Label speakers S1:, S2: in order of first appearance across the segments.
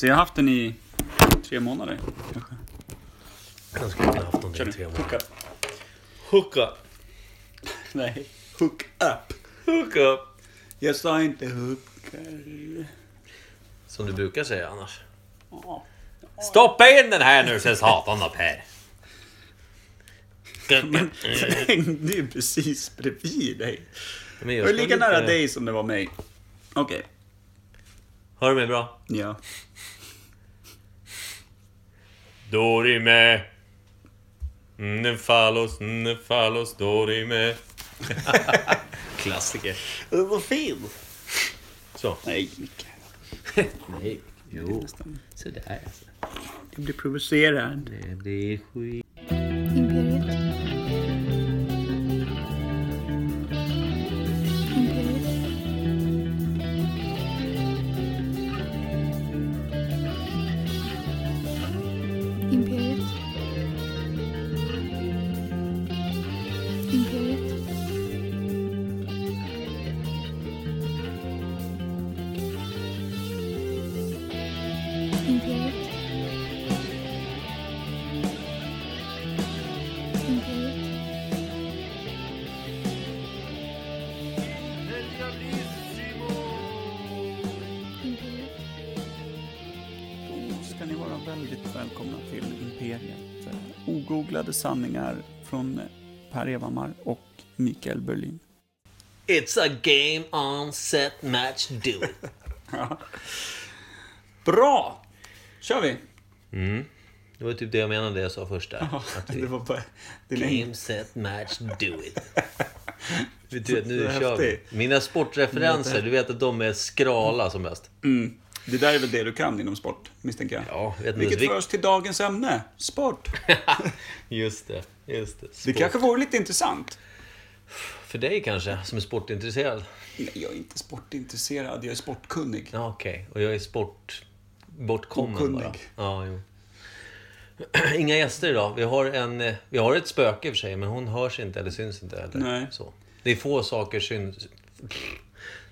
S1: Så jag har haft den i tre månader kanske.
S2: Jag skulle inte haft någonting i
S1: Kör
S2: tre
S1: du.
S2: månader.
S1: Hook up.
S2: Hook up.
S1: Nej. Hook up.
S2: Hook up.
S1: Jag sa inte hookar.
S2: Som du brukar säga annars.
S1: Ja.
S2: Stoppa in den här nu sen satan upp här.
S1: Men den hängde ju precis bredvid dig.
S2: Men
S1: Det
S2: jag
S1: var
S2: skulle
S1: lika nära
S2: inte-
S1: dig som det var mig. Okej.
S2: Hör du mig bra?
S1: Ja.
S2: Dorime. Nefalos, nefalos, dorime. Klassiker. Den var fin. Så.
S1: Nej, Micke.
S2: Nej. Jo.
S1: Nästan.
S2: Sådär alltså.
S1: Jag blir provocerad.
S2: Det, det är skit.
S3: Imperiet. Imperiet. Imperiet. Imperiet. Imperiet. Imperiet. Imperiet.
S1: Då ska ni vara väldigt välkomna till Imperiet. Eh, Ogooglade sanningar från Per Evhammar och Mikael Berlin.
S2: It's a game on set match do it.
S1: Bra! kör vi!
S2: Det var typ det jag menade det jag sa först där. Att vi-
S1: Det var bara... Det
S2: Game, set, match, do it. Du vet, nu
S1: Så
S2: kör vi.
S1: häftigt.
S2: Mina sportreferenser, du vet att de är skrala som bäst.
S1: Mm. Det där är väl det du kan inom sport, misstänker jag.
S2: Ja, vet inte
S1: Vilket
S2: ens vilk-
S1: för oss till dagens ämne, sport.
S2: Just det, just det.
S1: Det
S2: Sport.
S1: kanske vore lite intressant.
S2: För dig kanske, som är sportintresserad.
S1: Nej, jag är inte sportintresserad, jag är sportkunnig.
S2: Ja, okej. Och jag är sport... Bortkommen
S1: Okunnig.
S2: bara. Ja, jo. Inga gäster idag. Vi har, en, eh, vi har ett spöke i och för sig, men hon hörs inte eller syns inte. Eller
S1: Nej.
S2: Så. Det är få saker syns...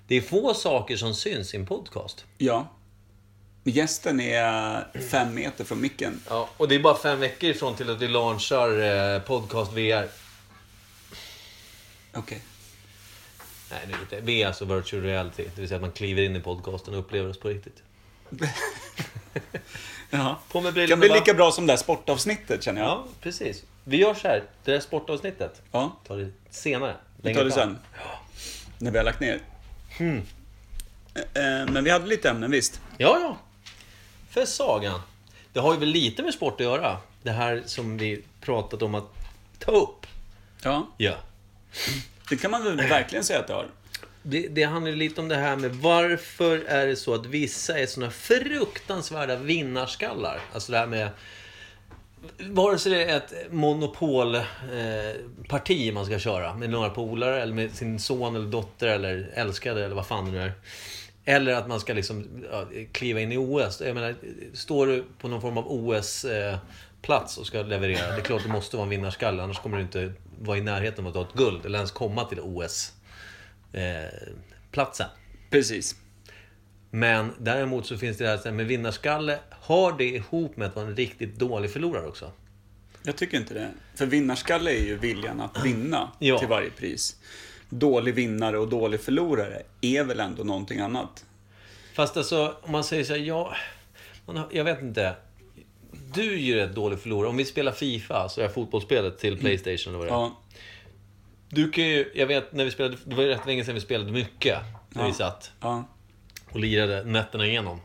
S2: Det är få saker som syns i en podcast.
S1: Ja. Gästen är fem meter från micken.
S2: Ja, och det är bara fem veckor ifrån till att vi launchar eh, podcast VR.
S1: Okej.
S2: Nej, nu inte. VR, alltså virtual reality. Det vill säga att man kliver in i podcasten och upplever oss på riktigt.
S1: Ja.
S2: På med
S1: Det
S2: brillorna
S1: kan bli
S2: va?
S1: lika bra som det här sportavsnittet, känner jag.
S2: Ja, precis. Vi gör så här. Det där sportavsnittet
S1: Ja.
S2: tar det senare.
S1: Vi
S2: längre
S1: tar det
S2: fram.
S1: sen. När vi har lagt ner. Eh, eh, Men vi hade lite ämnen, visst?
S2: Ja, ja. För sagan. Det har ju väl lite med sport att göra. Det här som vi pratat om att ta upp.
S1: Ja.
S2: Ja.
S1: Det kan man väl verkligen säga att det har.
S2: Det, det handlar ju lite om det här med varför är det så att vissa är såna fruktansvärda vinnarskallar? Alltså det här med... Vare sig det är ett monopolparti eh, parti man ska köra med några polare eller med sin son eller dotter eller älskade eller vad fan det nu är. Eller att man ska liksom ja, kliva in i OS. Jag menar, står du på någon form av OS-plats och ska leverera, det är klart det måste vara en vinnarskalle. Annars kommer du inte vara i närheten av att ta ett guld eller ens komma till OS eh, platsen.
S1: Precis.
S2: Men däremot så finns det det här så här med vinnarskalle. Har det ihop med att vara en riktigt dålig förlorare också?
S1: Jag tycker inte det. För vinnarskalle är ju viljan att vinna
S2: Ja.
S1: till varje pris. Dålig vinnare och dålig förlorare är väl ändå någonting annat?
S2: Fast alltså, om man säger så här, ja... Man har, jag vet inte. Du är ju rätt dålig förlorare. Om vi spelar Fifa, så är fotbollsspelet till Playstation eller vad det är.
S1: Mm. Ja.
S2: Du kan ju, jag vet när vi spelade, det var ju rätt länge sedan vi spelade mycket. När vi
S1: Ja.
S2: satt
S1: ja.
S2: och lirade nätterna igenom.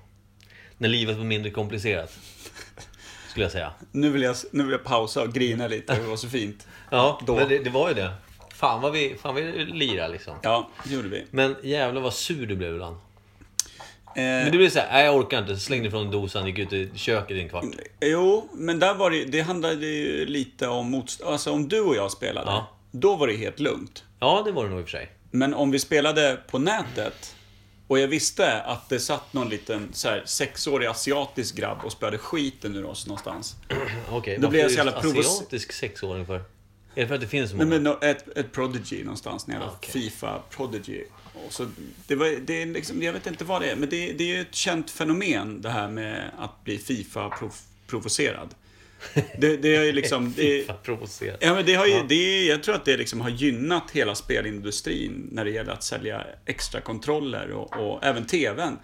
S2: När livet var mindre komplicerat. Skulle jag säga.
S1: Nu, vill jag, nu vill jag pausa och grina lite, det var så fint.
S2: Ja,
S1: Då.
S2: men det, det var ju det. Fan vad vi, fan vad vi lirade liksom.
S1: Ja, det gjorde vi. Eh,
S2: Men jävlar vad sur du blev ibland. Men
S1: Eh,
S2: du blev såhär, nej jag orkar inte. Slängde ifrån dosan, gick ut i köket i en
S1: Mm.
S2: kvart.
S1: jo, men där var det, det handlade ju lite om motstånd. Alltså om du och jag spelade,
S2: Ja.
S1: då var det helt lugnt.
S2: Ja, det var det nog i och för sig.
S1: Men om vi spelade på nätet och jag visste att det satt någon liten så här, sexårig asiatisk grabb och spelade skiten ur oss någonstans.
S2: Okej,
S1: Då
S2: varför
S1: blev jag
S2: just
S1: så jävla provoc-
S2: asiatisk sexåring för? Är det för att det finns så många?
S1: Nej, men nå- ett, ett Prodigy någonstans, när jag var
S2: Okej.
S1: Fifa Prodigy. Och så, det var, det är liksom, jag vet inte vad det är, men det, det är ju ett känt fenomen det här med att bli Fifa-provocerad. Det, det är ju liksom... Det,
S2: Fan, provocerat.
S1: ja, men det har ju,
S2: Ja.
S1: det, är- jag tror att det liksom har gynnat hela spelindustrin när det gäller att sälja extra kontroller och, och även TVn.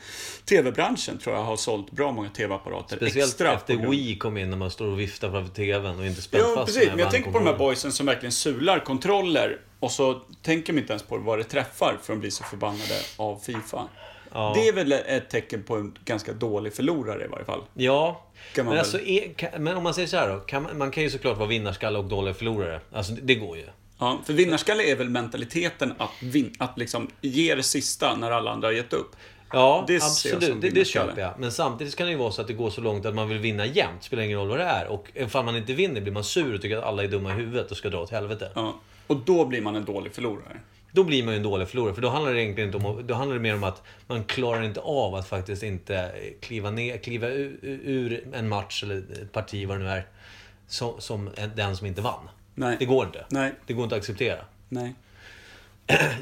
S1: TV-branschen tror jag har sålt bra många TV-apparater
S2: Speciellt
S1: extra. på
S2: efter
S1: grund-
S2: Wii kom in när man står och viftar framför TVn och inte spänt
S1: Ja,
S2: fast
S1: precis. Men jag
S2: band
S1: tänker på de här
S2: kommer ihåg.
S1: boysen som verkligen sular kontroller och så tänker de inte ens på vad det träffar för de blir så förbannade av Fifa.
S2: Ja.
S1: Det är väl ett tecken på en ganska dålig förlorare i varje fall.
S2: Ja,
S1: Kan man
S2: men,
S1: väl-
S2: alltså, är, kan, men om man säger så här då. Kan man, man kan ju såklart vara vinnarskalle och dålig förlorare. Alltså det, det går ju.
S1: Ja, för vinnarskalle är väl mentaliteten att, vin- att liksom ge det sista när alla andra har gett upp.
S2: Ja,
S1: Det ser jag som
S2: absolut. Det, det
S1: vinnarskalle.
S2: köper jag. Men samtidigt kan det ju vara så att det går så långt att man vill vinna jämt. Spelar ingen roll vad det är. Och ifall man inte vinner blir man sur och tycker att alla är dumma i huvudet och ska dra åt helvete.
S1: Ja. Och då blir man en dålig förlorare.
S2: Då blir man ju en dålig förlorare. För då handlar det egentligen inte om, då handlar det mer om att man klarar inte av att faktiskt inte eh, kliva, ner, kliva ur, ur en match eller ett parti, vad det nu är, som, som en- den som inte vann.
S1: Nej.
S2: Det går inte.
S1: Nej,
S2: Det går inte att acceptera.
S1: nej.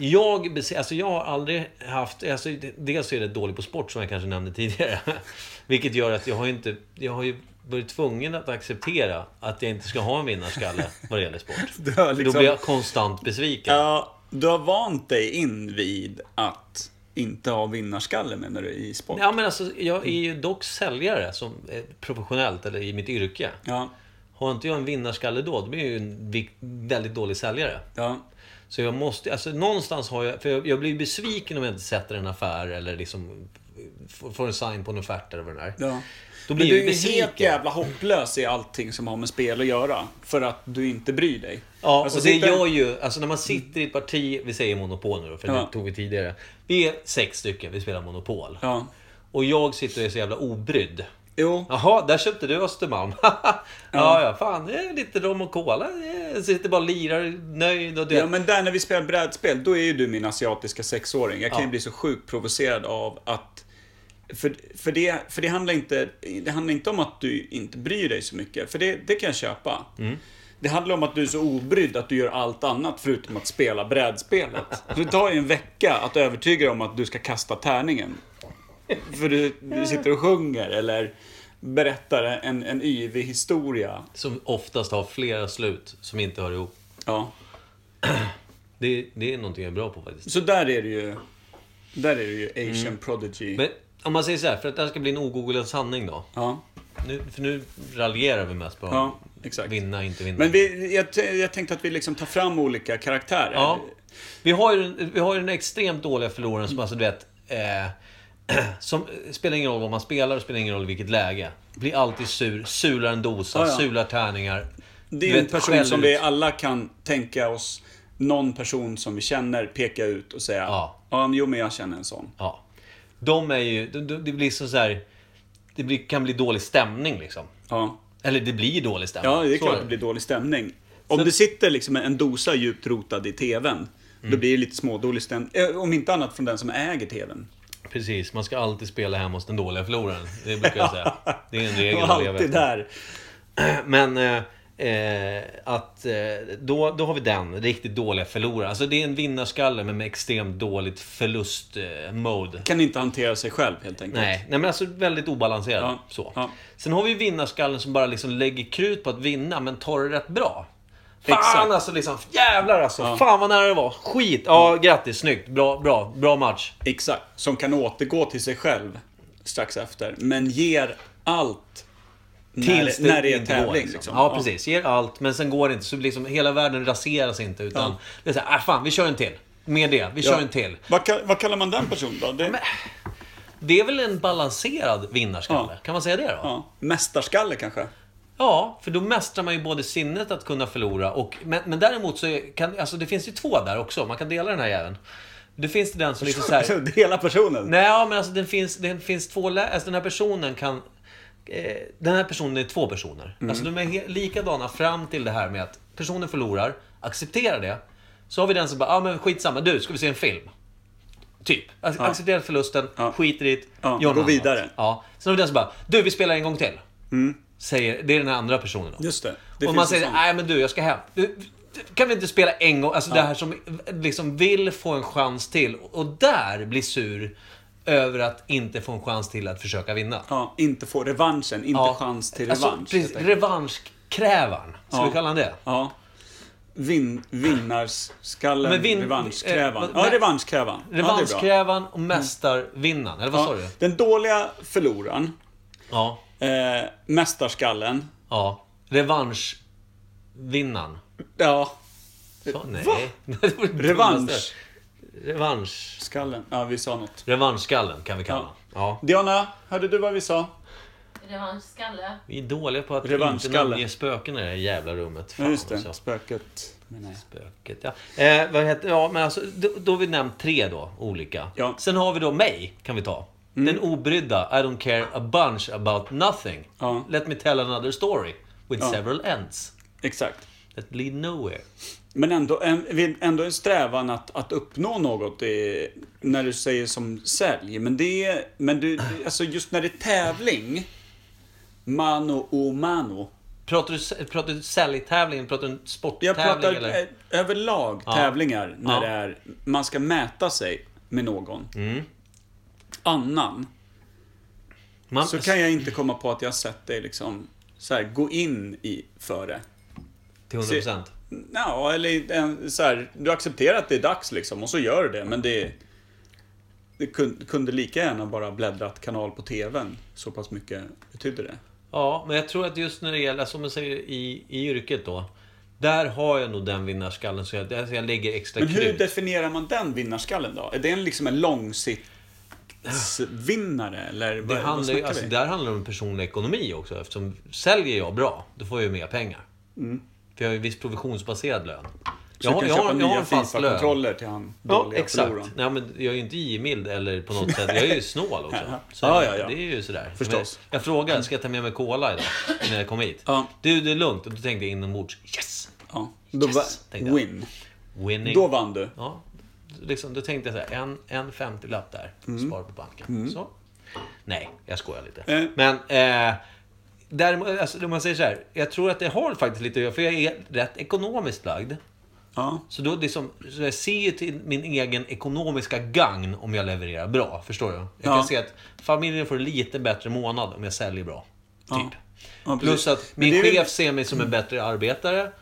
S2: Jag, bes- alltså jag har aldrig haft... Alltså, det- dels är det dålig på sport, som jag kanske nämnde tidigare. Vilket gör att jag har, ju inte, jag har ju varit tvungen att acceptera att jag inte ska ha en vinnarskalle vad det gäller sport.
S1: Du har liksom-
S2: För Då blir jag konstant besviken.
S1: Ja, du har vant dig in vid att inte ha vinnarskalle menar du i sport?
S2: Ja, men alltså, jag är ju dock säljare som eh, professionellt, eller i mitt yrke.
S1: Ja,
S2: Har inte jag en vinnarskalle då, då blir jag ju en vik- väldigt dålig säljare.
S1: ja.
S2: Så jag måste, alltså någonstans har jag, för jag, jag blir besviken om jag inte sätter en affär eller liksom får får en sign på en offert eller vad det är.
S1: ja.
S2: Då
S1: Men
S2: blir
S1: du
S2: jag
S1: är
S2: ju
S1: ju
S2: besviken.
S1: helt jävla hopplös i allting som har med spel att göra. För att du inte bryr dig.
S2: Ja,
S1: Alltså,
S2: och det
S1: sitter-
S2: gör ju, alltså när man sitter i ett parti, vi säger Monopol nu då, för
S1: Ja.
S2: det tog vi tidigare. Vi är sex stycken, vi spelar Monopol.
S1: Ja.
S2: Och jag sitter och är så jävla obrydd.
S1: Jo.
S2: Jaha, där köpte du Östermalm. ja, ja, fan, det är lite rom och cola. Jag sitter bara och lirar, nöjd och det.
S1: Ja, men där när vi spelar brädspel, då är ju du min asiatiska sexåring. Jag kan
S2: Ja.
S1: ju bli så sjukt provocerad av att... För, för, det, för det, handlar inte, det handlar inte om att du inte bryr dig så mycket, för det, det kan jag köpa.
S2: Mm.
S1: Det handlar om att du är så obrydd att du gör allt annat förutom att spela brädspelet. Så det tar ju en vecka att övertyga dig om att du ska kasta tärningen. För du, du sitter och sjunger eller berättar en, en yvig historia.
S2: Som oftast har flera slut som inte hör ihop.
S1: Ja.
S2: Det, det är någonting jag är bra på faktiskt.
S1: Så där är det ju... Där är det ju Asian Prodigy.
S2: Mm. Men om man säger så här, för att det här ska bli en ogooglad sanning då.
S1: Ja,
S2: Nu, för nu raljerar vi mest bara om
S1: ja exakt.
S2: vinna, inte vinna.
S1: Men vi, jag, t- jag tänkte att vi liksom tar fram olika karaktärer.
S2: Ja. Eh, Vi har ju, den- vi har ju den extremt dåliga förloraren som alltså, du vet... Eh, som eh, spelar ingen roll vad man spelar, och spelar ingen roll i vilket läge. Blir alltid sur, sular en dosa,
S1: Ja, ja.
S2: sular tärningar.
S1: Det
S2: Du
S1: är en
S2: vet,
S1: person
S2: skäller
S1: som vi
S2: ut.
S1: alla kan tänka oss, någon person som vi känner, peka ut och säga
S2: Ja.
S1: ja men, jo men jag känner en sån.
S2: Ja. De är ju... de- de- Det blir så, så här... Det blir, kan bli dålig stämning liksom.
S1: Ja,
S2: Eller det blir dålig stämning.
S1: ja det är
S2: Så
S1: klart det blir dålig stämning. Om det sitter liksom en dosa djupt rotad i TVn, då
S2: Mm.
S1: blir det lite smådålig stämning. Eh, Om inte annat från den som äger TVn.
S2: Precis, man ska alltid spela hemma hos den dåliga förloraren. Det brukar jag säga. Det är en regel
S1: Och
S2: att leva
S1: alltid
S2: efter.
S1: där.
S2: Men eh, eh, att eh, då, då har vi den riktigt dåliga förloraren. Alltså det är en vinnarskalle men med extremt dåligt förlustmode. Eh, mode.
S1: Kan inte hantera sig själv helt enkelt.
S2: Nej, nej men alltså väldigt obalanserad.
S1: Ja,
S2: Så.
S1: ja.
S2: Sen har vi vinnarskallen som bara liksom lägger krut på att vinna men tar det rätt bra. Fan
S1: Exakt.
S2: alltså liksom, jävlar alltså.
S1: Ja.
S2: Fan vad nära det var. Skit. Ja, grattis. Snyggt. Bra, bra, bra match.
S1: Exakt. Som kan återgå till sig själv strax efter. Men ger allt
S2: Tills
S1: när, när det är
S2: inte
S1: tävling.
S2: går,
S1: liksom.
S2: Ja, precis. Ger allt, men sen går det inte. Så liksom, hela världen raseras inte. Utan
S1: Ja.
S2: det är såhär, ah, fan, vi kör en till. Med det, vi
S1: Ja.
S2: kör en till.
S1: Vad, ka- vad kallar man den personen då? Det,
S2: Det är väl en balanserad vinnarskalle?
S1: Ja.
S2: Kan man säga det då? Ja.
S1: ja, mästarskalle kanske?
S2: för då mästrar man ju både sinnet att kunna förlora och... Men, men däremot så är- kan... Alltså det finns ju två där också. Man kan dela den här jäveln. Det finns det den som liksom såhär...
S1: Så det är Hela personen?
S2: Nej, ja, men alltså den finns, den finns två... lä- Alltså den här personen kan... Eh, den här personen är två personer.
S1: Mm.
S2: Alltså de är he- likadana fram till det här med att personen förlorar, accepterar det. Så har vi den som bara, ja ah, men skitsamma, du, ska vi se en film? Typ. Ac- Accepterar förlusten,
S1: Ja.
S2: skiter i det,
S1: Ja,
S2: gör
S1: gå
S2: något annat.
S1: vidare. Mm.
S2: Ja. Sen har vi den som bara, du vi spelar en gång till. Säger, det är den här andra personen då.
S1: Just det. det
S2: och
S1: finns
S2: man
S1: en
S2: säger, "Äh."
S1: sån.
S2: nej men du, jag ska hem. Du, Kan vi inte spela en gång? Alltså det här som liksom vill få en chans till. Och där blir sur över att inte få en chans till att försöka vinna.
S1: Ja, inte få revanschen, inte chans till revansch.
S2: Alltså, precis,
S1: helt enkelt.
S2: revanschkrävaren. Ska
S1: Ja.
S2: vi kalla honom det?
S1: ja. Vin, vinnarskallen,
S2: Men vin-
S1: revanschkrävan.
S2: eh, vad-
S1: Ja, revanschkrävan. ja, det är bra. Mm.
S2: Revanschkrävaren och mästarvinnaren. Eller vad sa
S1: Ja,
S2: du?
S1: den dåliga förloraren,
S2: Ja.
S1: eh, mästarskallen.
S2: Ja. Revanschvinnaren.
S1: Ja,
S2: Så, nej.
S1: Va?
S2: Det var det dummaste.
S1: revansch.
S2: Revansch.
S1: Skallen. Ja, vi sa något.
S2: Revanschskallen kan vi kalla
S1: Ja.
S2: honom. Ja.
S1: Diana, hörde du vad vi sa?
S4: Revanschskalle.
S2: Vi är dåliga på att inte
S1: Revanschskalle.
S2: namnge spöken i det här jävla rummet.
S1: Ja,
S2: Fan
S1: just det.
S2: också.
S1: Spöket. menar jag.
S2: Spöket, ja. Eh, vad heter, ja men alltså, då, då har vi nämnt tre då, olika.
S1: Ja. Mm.
S2: Sen har vi då mig, kan vi ta. Den obrydda, I don't care a bunch about nothing.
S1: Ja.
S2: Let me tell another story. With several ends.
S1: Exakt.
S2: That lead nowhere.
S1: Men ändå en, vi- ändå en strävan att, att uppnå något är, när du säger som sälj. Men det är, men du, alltså just när det är tävling, mano o mano.
S2: Pratar du, pratar du säljtävlingen? Pratar du sporttävling?
S1: Jag pratar
S2: eller?
S1: eh, överlag tävlingar när
S2: Ja.
S1: det är, man ska mäta sig med någon annan.
S2: Man,
S1: Så kan jag inte komma på att jag har sett dig liksom, så här, gå in i före.
S2: Till 100 procent.
S1: Ja, eller en, så här, du accepterar att det är dags liksom och så gör du det, men det... Det kun- kunde lika gärna bara bläddrat kanal på TVn. Så pass mycket betydde det.
S2: Ja, men jag tror att just när det gäller, som man säger i, i yrket då. Där har jag nog den vinnarskallen, så jag, alltså jag lägger extra
S1: Men hur
S2: krut.
S1: definierar man den vinnarskallen då? Är det en, liksom en långsiktsvinnare eller vad,
S2: Det
S1: vad
S2: handlar, ju-
S1: snackar
S2: alltså,
S1: vi?
S2: där handlar det om personlig ekonomi också. Eftersom säljer jag bra, då får jag ju mer pengar. För jag har ju en viss provisionsbaserad lön.
S1: Mm. Så
S2: Jag
S1: du
S2: har,
S1: kan
S2: jag
S1: köpa
S2: har, jag har
S1: nya
S2: en fast lön.
S1: Fifa-kontroller till han
S2: Ja,
S1: dåliga
S2: exakt.
S1: förloraren.
S2: Nej, men jag är ju inte givmild eller på något sätt. Jag är ju snål också. Så
S1: Ja, ja, ja.
S2: Det är ju sådär.
S1: Förstås.
S2: Jag, jag frågade, ska jag ta med mig cola idag? När jag kom hit.
S1: Ja.
S2: Du, det är lugnt. Och då tänkte jag inombords, yes!
S1: Ja, då
S2: Yes,
S1: va-
S2: tänkte jag.
S1: win.
S2: Winning.
S1: Då vann du.
S2: Ja, liksom, då tänkte jag så här, en, en 50-lapp där, spar på banken. Så. Nej, jag skojar lite.
S1: Mm. Eh.
S2: Men eh, däremot, alltså, om man säger så här, jag tror att det har faktiskt lite att göra, för jag är rätt ekonomiskt lagd.
S1: Ja.
S2: Så då liksom, så jag ser ju till min egen ekonomiska gagn om jag levererar bra. Förstår du? Jag
S1: Ja.
S2: kan se att familjen får en lite bättre månad om jag säljer bra. Typ.
S1: Ja, precis.
S2: Plus att
S1: Men
S2: min
S1: det är
S2: chef
S1: väl-
S2: ser mig som en bättre arbetare.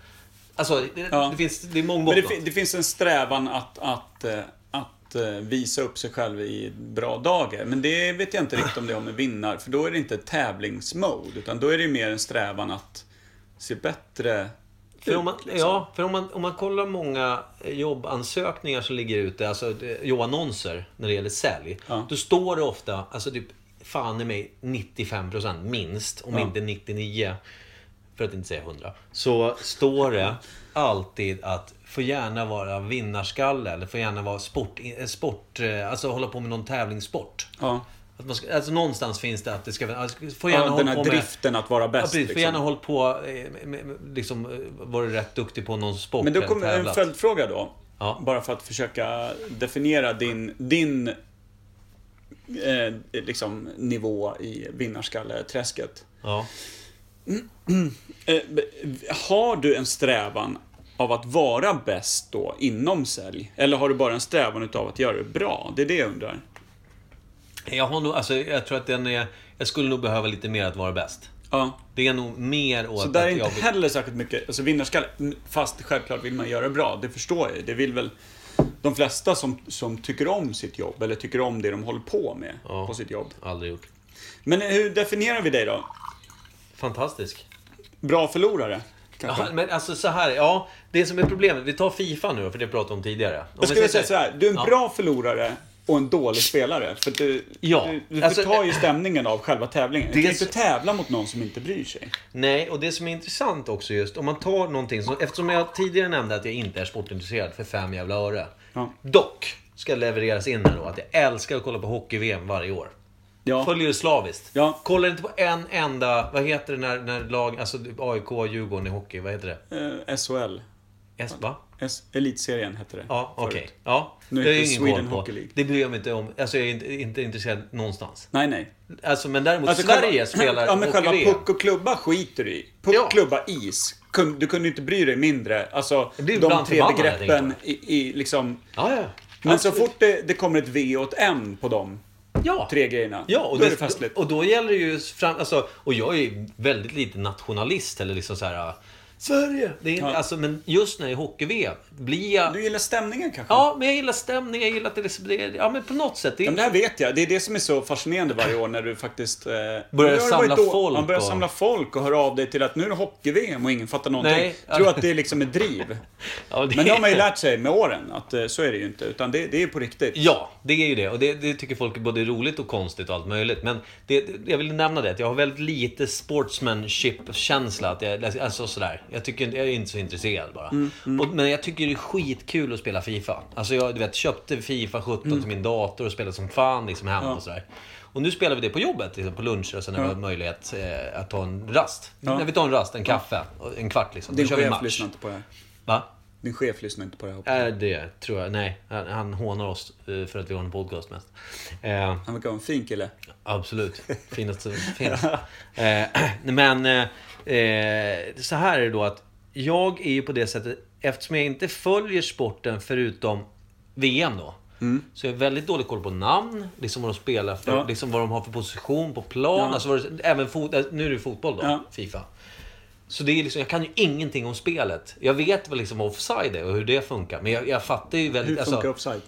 S2: Alltså, det,
S1: Ja.
S2: det finns... Det är
S1: Men det,
S2: mångbottnat.
S1: fi- det finns en strävan att, att, eh, att eh, visa upp sig själv i bra dagar. Men det vet jag inte riktigt om det har med vinnar, för då är det inte tävlingsmode, utan då är det ju mer en strävan att se bättre liksom.
S2: För om man, ja, för om man, om man kollar många eh, jobbansökningar som ligger ute, alltså eh, jobbannonser när det gäller sälj.
S1: Ja.
S2: Då står det ofta, alltså typ, fan i mig, 95% minst, om
S1: Ja.
S2: inte 99, för att inte säga 100. Så står det alltid att får gärna vara vinnarskalle eller får gärna vara sport, eh, sport eh, alltså hålla på med någon tävlingssport.
S1: Ja,
S2: Att man ska, alltså någonstans finns det att det ska, alltså, får gärna
S1: ja den
S2: hålla på
S1: här
S2: med...
S1: driften att vara
S2: Ja,
S1: bäst.
S2: precis. Får
S1: liksom.
S2: gärna hållit på, eh, med, med, med, liksom, eh, varit rätt duktig på någon sport.
S1: Men då
S2: eller
S1: kommer en
S2: tävlat.
S1: följdfråga då.
S2: Ja.
S1: Bara för att försöka definiera din, din eh, liksom, nivå i vinnarskalle-träsket.
S2: Ja.
S1: Eh, Har du en strävan av att vara bäst då inom sälj? Eller har du bara en strävan utav att göra det bra? Det är det jag undrar.
S2: Jag har nog, alltså jag tror att den är, jag skulle nog behöva lite mer att vara bäst.
S1: Ja.
S2: Det är nog mer åt
S1: Så där är
S2: att
S1: inte
S2: jag vill-
S1: heller särskilt mycket, alltså vinnarskalle, fast självklart vill man göra bra, det förstår jag ju. Det vill väl de flesta som, som tycker om sitt jobb, eller tycker om det de håller på med
S2: Ja.
S1: på sitt jobb.
S2: Aldrig gjort.
S1: Men hur definierar vi dig då?
S2: Fantastisk.
S1: Bra förlorare? Kanske?
S2: Ja, men alltså så här, ja. Det som är problemet, vi tar Fifa nu för det pratade vi om tidigare. Om
S1: jag
S2: vi
S1: skulle
S2: säger
S1: säga så här, du är en bra förlorare och en dålig spelare. För du,
S2: Ja,
S1: du, du
S2: alltså-
S1: förtar ju stämningen av själva tävlingen. Du kan
S2: Dels-
S1: inte tävla mot någon som inte bryr sig.
S2: Nej, och det som är intressant också just, om man tar någonting som, eftersom jag tidigare nämnde att jag inte är sportintresserad för fem jävla öre.
S1: Ja.
S2: Dock, ska levereras in här då, att jag älskar att kolla på hockey-VM varje år.
S1: Ja.
S2: Följer det slaviskt.
S1: Ja.
S2: Kollar inte på en enda, vad heter det när, när lag, alltså AIK, Djurgården i hockey, vad heter det?
S1: Eh, SHL,
S2: Espa?
S1: S- Elitserien hette det.
S2: Ja,
S1: förut.
S2: okej. Ja,
S1: Nu
S2: det har
S1: heter
S2: jag
S1: det
S2: ingen
S1: Sweden
S2: koll på.
S1: Hockey League.
S2: Det bryr jag mig inte om. Alltså jag är inte, inte intresserad någonstans.
S1: Nej, nej.
S2: Alltså, men däremot
S1: Alltså,
S2: Sverige
S1: själva-
S2: spelar
S1: Ja, men själva
S2: hockey-VM.
S1: puck och klubba skiter du i. Puck,
S2: Ja.
S1: klubba, is. kun- du kunde inte bry dig mindre. Alltså,
S2: Jag blir
S1: de
S2: ibland
S1: tre
S2: förbannad när jag
S1: begreppen
S2: tänker
S1: i, i liksom...
S2: Ja, ja.
S1: Men så
S2: Absolut.
S1: fort det, det kommer ett V och ett M på de
S2: ja.
S1: tre grejerna,
S2: Ja, och,
S1: då
S2: det,
S1: är det festligt.
S2: och då gäller det ju fram, alltså, Och jag är ju väldigt lite nationalist eller liksom så här. äh, Sverige! Det är, inte-
S1: Ja.
S2: alltså, men just när jag är hockey-VM blir jag...
S1: Du gillar stämningen kanske?
S2: Ja, men jag gillar stämning, jag gillar att det liksom, det är, Ja, men på något sätt. Det
S1: Ja,
S2: är,
S1: men det här vet jag. Det är det som är så fascinerande varje år när du faktiskt... Eh, börjar
S2: samla folk
S1: Man börjar
S2: och-
S1: samla folk och hör av dig till att nu är det hockey-VM och ingen fattar någonting.
S2: Nej.
S1: Tror att det är liksom ett driv.
S2: ja, det,
S1: Men det har man ju lärt sig med åren att eh, så är det ju inte. Utan det, det är ju på riktigt.
S2: Ja, det är ju det. Och det, det tycker folk är både roligt och konstigt och allt möjligt. Men det, det- jag vill nämna det, att jag har väldigt lite sportsmanship-känsla. Att jag, alltså sådär. Jag, tycker, inte- jag är inte så intresserad bara.
S1: Mm,
S2: Och, men jag tycker det är skitkul att spela Fifa. Alltså jag du vet, köpte Fifa 17
S1: Mm.
S2: till min dator och spelade som fan liksom hemma och sådär. Och nu spelar vi det på jobbet, liksom på luncher och sen när vi har möjlighet eh, att ta en rast.
S1: Ja.
S2: När vi tar en rast, en kaffe, och en kvart liksom. Då
S1: Din
S2: kör vi
S1: chef
S2: match.
S1: lyssnar inte på det här.
S2: Va?
S1: Din chef lyssnar inte på det här. hoppas jag.
S2: Är Eh, det tror jag. Nej, han, han hånar oss eh, för att vi har en podcast mest. Eh,
S1: Han verkar vara en fin kille.
S2: Absolut. Finast som finns. Eh, men eh, eh, så här är det då att jag är ju på det sättet, eftersom jag inte följer sporten förutom VM då. Så jag har väldigt dålig koll på namn, liksom vad de spelar för,
S1: Mm. Ja.
S2: liksom vad de har för position på plan.
S1: Ja.
S2: Alltså vad det, även fot, eh, nu är det fotboll då,
S1: Ja.
S2: Fifa. Så det är liksom, jag kan ju ingenting om spelet. Jag vet väl liksom vad offside är och hur det funkar. Men jag, jag fattar ju väldigt...
S1: Hur
S2: alltså-
S1: funkar offside?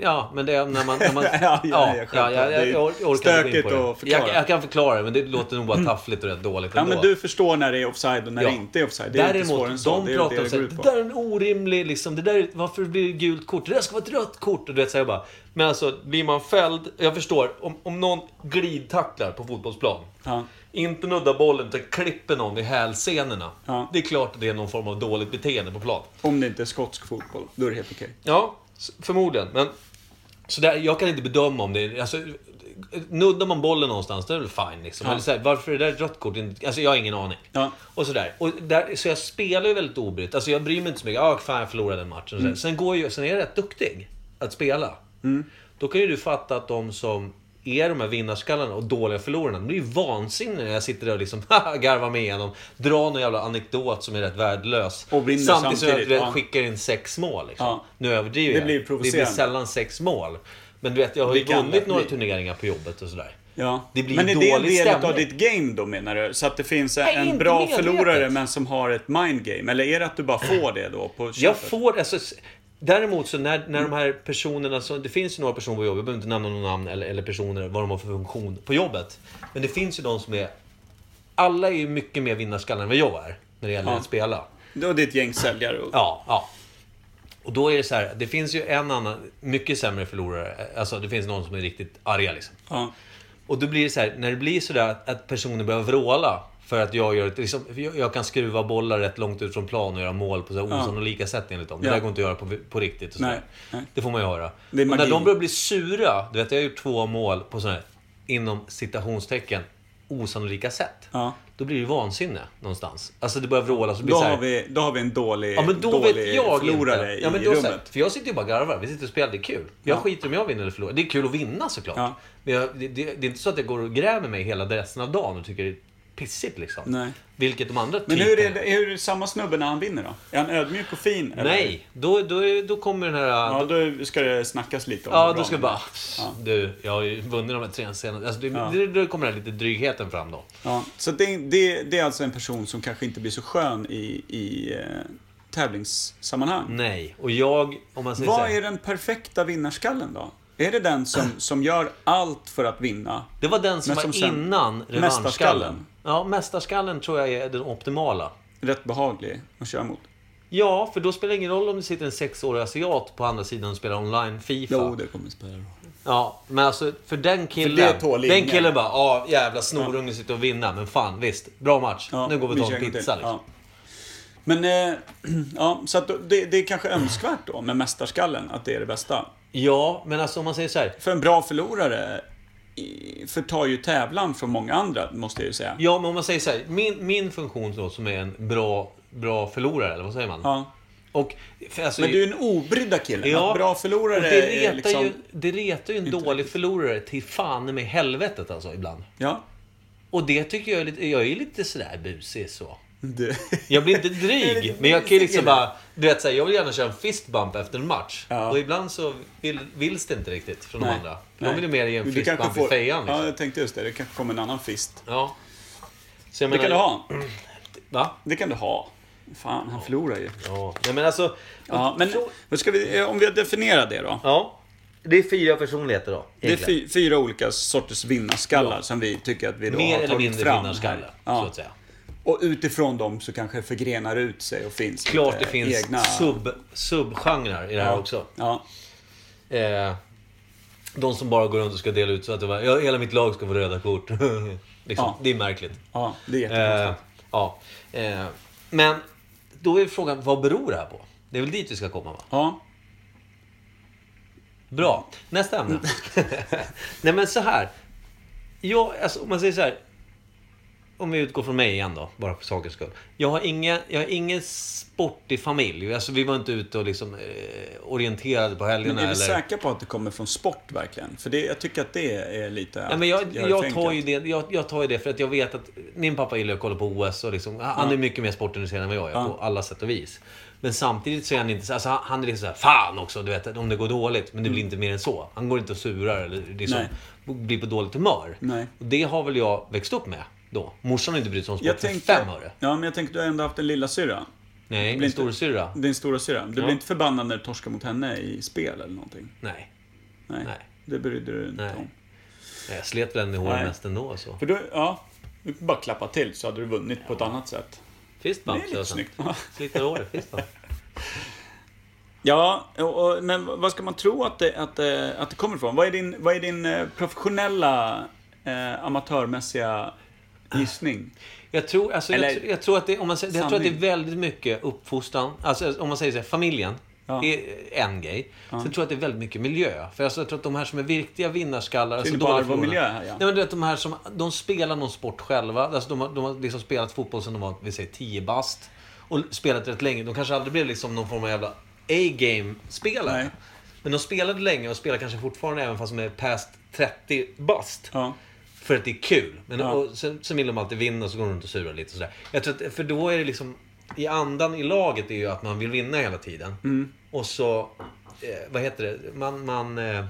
S2: Ja, men det är när man... När man
S1: Ja, ja, ja,
S2: ja,
S1: självklart.
S2: jag, jag,
S1: Det är
S2: jag orkar inte gå in
S1: stökigt
S2: på det.
S1: att förklara. Mm.
S2: Jag, jag kan förklara det, men det låter nog bara taffligt och rätt dåligt
S1: Ja,
S2: ändå.
S1: men du förstår när det är offside och när
S2: Ja.
S1: det inte är offside. Det är inte svårare än
S2: Däremot,
S1: så.
S2: de
S1: Det är
S2: pratar
S1: det
S2: om
S1: det
S2: såhär,
S1: går ut
S2: det
S1: på.
S2: där är en orimlig liksom, det där, varför blir det gult kort? Det där ska vara ett rött kort. Och du vet, så här, jag bara, men alltså, blir man fälld, jag förstår, om, om någon glidtacklar på fotbollsplan.
S1: Ja.
S2: Inte nuddar bollen, utan klipper någon i hälsenorna.
S1: Ja.
S2: Det är klart att det är någon form av dåligt beteende på plan.
S1: Om det inte är skotsk fotboll, då är det helt okej.
S2: Ja, s- förmodligen. Men, så där, jag kan inte bedöma om det är... Alltså, nuddar man bollen någonstans, det är väl fine. Liksom.
S1: Ja.
S2: Eller så här, varför är det där ett rött kort? Alltså, jag har ingen aning.
S1: Ja.
S2: Och sådär. Och där, så jag spelar ju väldigt obrytt. Alltså, jag bryr mig inte så mycket. Ah, fan, jag förlorade den matchen. Och
S1: Mm.
S2: sådär. Sen, går jag, sen är jag rätt duktig att spela. Då kan ju du fatta att de som är de här vinnarskallarna och dåliga förlorarna. De blir ju vansinniga när jag sitter där och liksom garvar med igenom. Drar någon jävla anekdot som är rätt värdelös.
S1: Och vinner
S2: samtidigt som jag
S1: samtidigt,
S2: du vet,
S1: ja.
S2: skickar in sex mål. Liksom.
S1: Ja.
S2: Nu överdriver jag.
S1: Det blir
S2: Det blir
S1: provocerande.
S2: sällan sex mål. Men du vet, jag har ju
S1: Det kan
S2: vunnit
S1: det
S2: några
S1: bli.
S2: turneringar på jobbet och sådär.
S1: Ja.
S2: Det blir
S1: men
S2: ju
S1: är det en
S2: dålig
S1: del av
S2: stämning.
S1: ditt game då menar du? Så att det finns
S2: Nej,
S1: en
S2: inte
S1: bra
S2: medvetet.
S1: förlorare men som har ett mind game? Eller är det att du bara får det då på köpet?
S2: Jag får, alltså, s- däremot så när, när de här personerna, som, det finns ju några personer på jobbet, jag behöver inte nämna några namn eller, eller personer, vad de har för funktion på jobbet. Men det finns ju de som är, alla är ju mycket mer vinnarskallar än vad jag är när det gäller
S1: Ja.
S2: att spela.
S1: Då är det ett gäng säljare. och-
S2: Ja, ja. Och då är det så här, det finns ju en annan, mycket sämre förlorare. Alltså det finns någon som är riktigt arga liksom.
S1: Ja.
S2: Och då blir det så här, när det blir så där att, att personer börjar vråla för att jag gör ett, liksom, för jag, jag kan skruva bollar rätt långt ut från plan och göra mål på så här
S1: Ja.
S2: osannolika sätt enligt dem. Det
S1: Ja.
S2: där går inte att göra på, på riktigt. Och så
S1: Nej,
S2: där.
S1: nej.
S2: Det får man ju höra.
S1: Det är
S2: och när
S1: magi.
S2: de börjar bli sura, du vet jag har gjort två mål på sådana här, inom citationstecken, osannolika sätt.
S1: Ja.
S2: Då blir det ju vansinne någonstans. Alltså det börjar vråla så blir
S1: Då,
S2: det så här,
S1: har vi, då har vi en dålig,
S2: Ja men då
S1: dålig
S2: vet jag
S1: förlorare
S2: inte. Ja, men
S1: i
S2: då så här,
S1: rummet.
S2: för jag sitter ju bara och garvar. Vi sitter och spelar, det är kul. Jag skiter om jag vinner eller förlorar. Det är kul att vinna såklart.
S1: Ja.
S2: Men jag, det, det, det är inte så att jag går och grämer mig hela resten av dagen och tycker det är pissigt liksom.
S1: Nej.
S2: Vilket de andra typ
S1: Men hur är,
S2: typerna-
S1: det, hur är det samma snubbe när han vinner då? Är han ödmjuk och fin? eller?
S2: Nej, då, då, är- då kommer den här...
S1: Ja, då ska det snackas lite om
S2: Ja,
S1: hur
S2: då
S1: bra
S2: ska jag
S1: han är.
S2: bara... Du, jag har ju vunnit de här tre senaste... Alltså, det,
S1: Ja.
S2: det, då kommer den här lite drygheten fram då.
S1: Ja, så det, det, det är alltså en person som kanske inte blir så skön i, i eh, tävlingssammanhang.
S2: Nej. Och jag, om man säger så
S1: Vad
S2: här,
S1: är den perfekta vinnarskallen då? Är det den som, som gör allt för att vinna?
S2: Det var den som,
S1: Men som
S2: var
S1: sen-
S2: innan revanschskallen.
S1: Mästarskallen.
S2: Ja, mästarskallen tror jag är den optimala.
S1: Rätt behaglig att köra mot.
S2: Ja, för då spelar det ingen roll om det sitter en sexårig asiat på andra sidan och spelar online FIFA.
S1: Jo, det kommer spela roll.
S2: Ja, men alltså för den killen.
S1: För det tål
S2: den
S1: ingen.
S2: killen bara, ja jävla snorunge sitter och vinner. Men fan, visst. Bra match.
S1: Ja,
S2: nu går vi och tar
S1: kör
S2: en
S1: en gång
S2: pizza
S1: till.
S2: liksom.
S1: Ja. Men, eh, ja, så att då- det, det är kanske önskvärt då med mästarskallen att det är det bästa.
S2: Ja, men alltså om man säger så här.
S1: För en bra förlorare i- förtar ju tävlan från många andra, måste jag ju säga.
S2: Ja, men om man säger så här. Min, min funktion då som är en bra, bra förlorare, eller vad säger man?
S1: Ja.
S2: Och, för, alltså,
S1: Men du är en obrydda kille.
S2: Ja,
S1: Att bra
S2: och
S1: förlorare
S2: det retar,
S1: är liksom...
S2: ju, det retar ju en dålig förlorare till fan med helvetet alltså ibland.
S1: Ja.
S2: Och det tycker jag är lite, jag är lite sådär busig så.
S1: Du.
S2: Jag blir inte dryg, men jag kan ju liksom bara... Du vet, så här, jag vill gärna köra en fist bump efter en match.
S1: Ja.
S2: Och ibland så vill, vills det inte riktigt från de
S1: Nej,
S2: andra.
S1: nej.
S2: De vill ju mer ge en
S1: Men du
S2: fist
S1: kanske
S2: bump i fejan. Liksom.
S1: Ja, jag tänkte just det. Det kanske kommer en annan fist.
S2: Ja. Så jag
S1: Det kan du ha.
S2: Va?
S1: Det kan du ha. Fan, han förlorar ju.
S2: Ja. Nej, men alltså...
S1: Ja, men men ska vi, eh, om vi definierar det då.
S2: Ja. Det är fyra personligheter då.
S1: Det är
S2: egentligen.
S1: fy, fyra olika sorters vinnarskallar
S2: Ja.
S1: som vi tycker att vi då
S2: Mer
S1: har
S2: eller
S1: tagit
S2: mindre
S1: fram.
S2: vinnarskallar,
S1: här. Ja.
S2: så att säga.
S1: Och utifrån dem så kanske förgrenar ut sig och finns
S2: Klart
S1: lite
S2: det finns
S1: Eh, egna...
S2: sub, subgenrer i det här
S1: ja.
S2: också.
S1: Ja.
S2: Eh, de som bara går runt och ska dela ut så att det var, ja, hela mitt lag ska få röda kort. liksom,
S1: Ja.
S2: Det är märkligt.
S1: ja, det är
S2: Eh,
S1: jättekonstigt.
S2: ja. eh, men då är frågan, vad beror det här på? Det är väl dit vi ska komma va?
S1: Ja.
S2: Bra. Nästa ämne. Nej men så här. Jag, alltså, om man säger så här. Om vi utgår från mig igen då, bara för sakens skull. Jag har ingen, jag har ingen sportig familj. Alltså, vi var inte ute och liksom, eh, orienterade på helgerna.
S1: Men är vi
S2: eller...
S1: säkra på att det kommer från sport verkligen? För det, jag tycker att det är lite...
S2: Ja,
S1: att
S2: men jag,
S1: göra
S2: jag,
S1: för
S2: tar ju
S1: enkelt.
S2: det, jag, jag tar ju det för att jag vet att min pappa gillar att kolla på OS och liksom, han är mycket mer sportintresserad än vad jag är på alla sätt och vis. Men samtidigt så är han inte så, alltså, han- han är liksom så här, fan också, du vet, om det går dåligt. Men det
S1: Mm.
S2: blir inte mer än så. Han går inte och surar eller liksom, blir på dåligt humör.
S1: Nej.
S2: Och det har väl jag växt upp med då. Morsan har inte brytt sig om sport
S1: Jag
S2: för
S1: tänker,
S2: fem öre.
S1: Ja, men jag tänker du har ändå haft en lilla syra.
S2: Nej,
S1: blir
S2: min
S1: inte-
S2: storasyrra.
S1: Din stora syra. Du
S2: Ja.
S1: blir inte förbannad när du torskar mot henne i spel eller någonting?
S2: Nej.
S1: Nej.
S2: Nej.
S1: Det brydde du dig inte
S2: Nej.
S1: om.
S2: Nej, Jag slet väl henne i håret
S1: Nej.
S2: mest ändå. Så.
S1: För du, ja. Du kan bara klappa till så hade du vunnit på ett annat sätt.
S2: Fistbump,
S1: det är
S2: sa
S1: lite
S2: jag sen.
S1: snyggt. Ja.
S2: Sliter i håret, fistbump.
S1: Ja, och, och, men vad ska man tro att det, att, det- att det kommer ifrån? Vad är din, vad är din eh, professionella, eh, amatörmässiga gissning?
S2: Jag tror, alltså, jag,
S1: Eller-
S2: tr- jag tror att det, om man säger, jag tror att det är
S1: Sanning.
S2: väldigt mycket uppfostran. Alltså, om man säger så här, familjen
S1: Ja.
S2: är en grej. Sen tror jag att det är väldigt mycket miljö. För alltså, jag tror att de här som är riktiga vinnarskallar... Alltså,
S1: inne på
S2: dåliga
S1: arv och
S2: förlorare-
S1: miljö här, ja.
S2: Nej, men du vet, de här som de spelar någon sport själva. Alltså, de, har, de har liksom spelat fotboll sedan de var, vi säger, 10 bast. Och spelat rätt länge. De kanske aldrig blev liksom någon form av jävla
S1: Nej.
S2: A-game-spelare. Men de spelade länge och spelar kanske fortfarande även fast de är past 30 bast.
S1: Ja.
S2: För att det är kul. Men
S1: Ja.
S2: och sen, sen vill de alltid vinna och så går de runt och surar lite och sådär. Jag tror att, för då är det liksom... I andan i laget är ju att man vill vinna hela tiden.
S1: Mm.
S2: Och så... Eh, vad heter det? Man... man eh,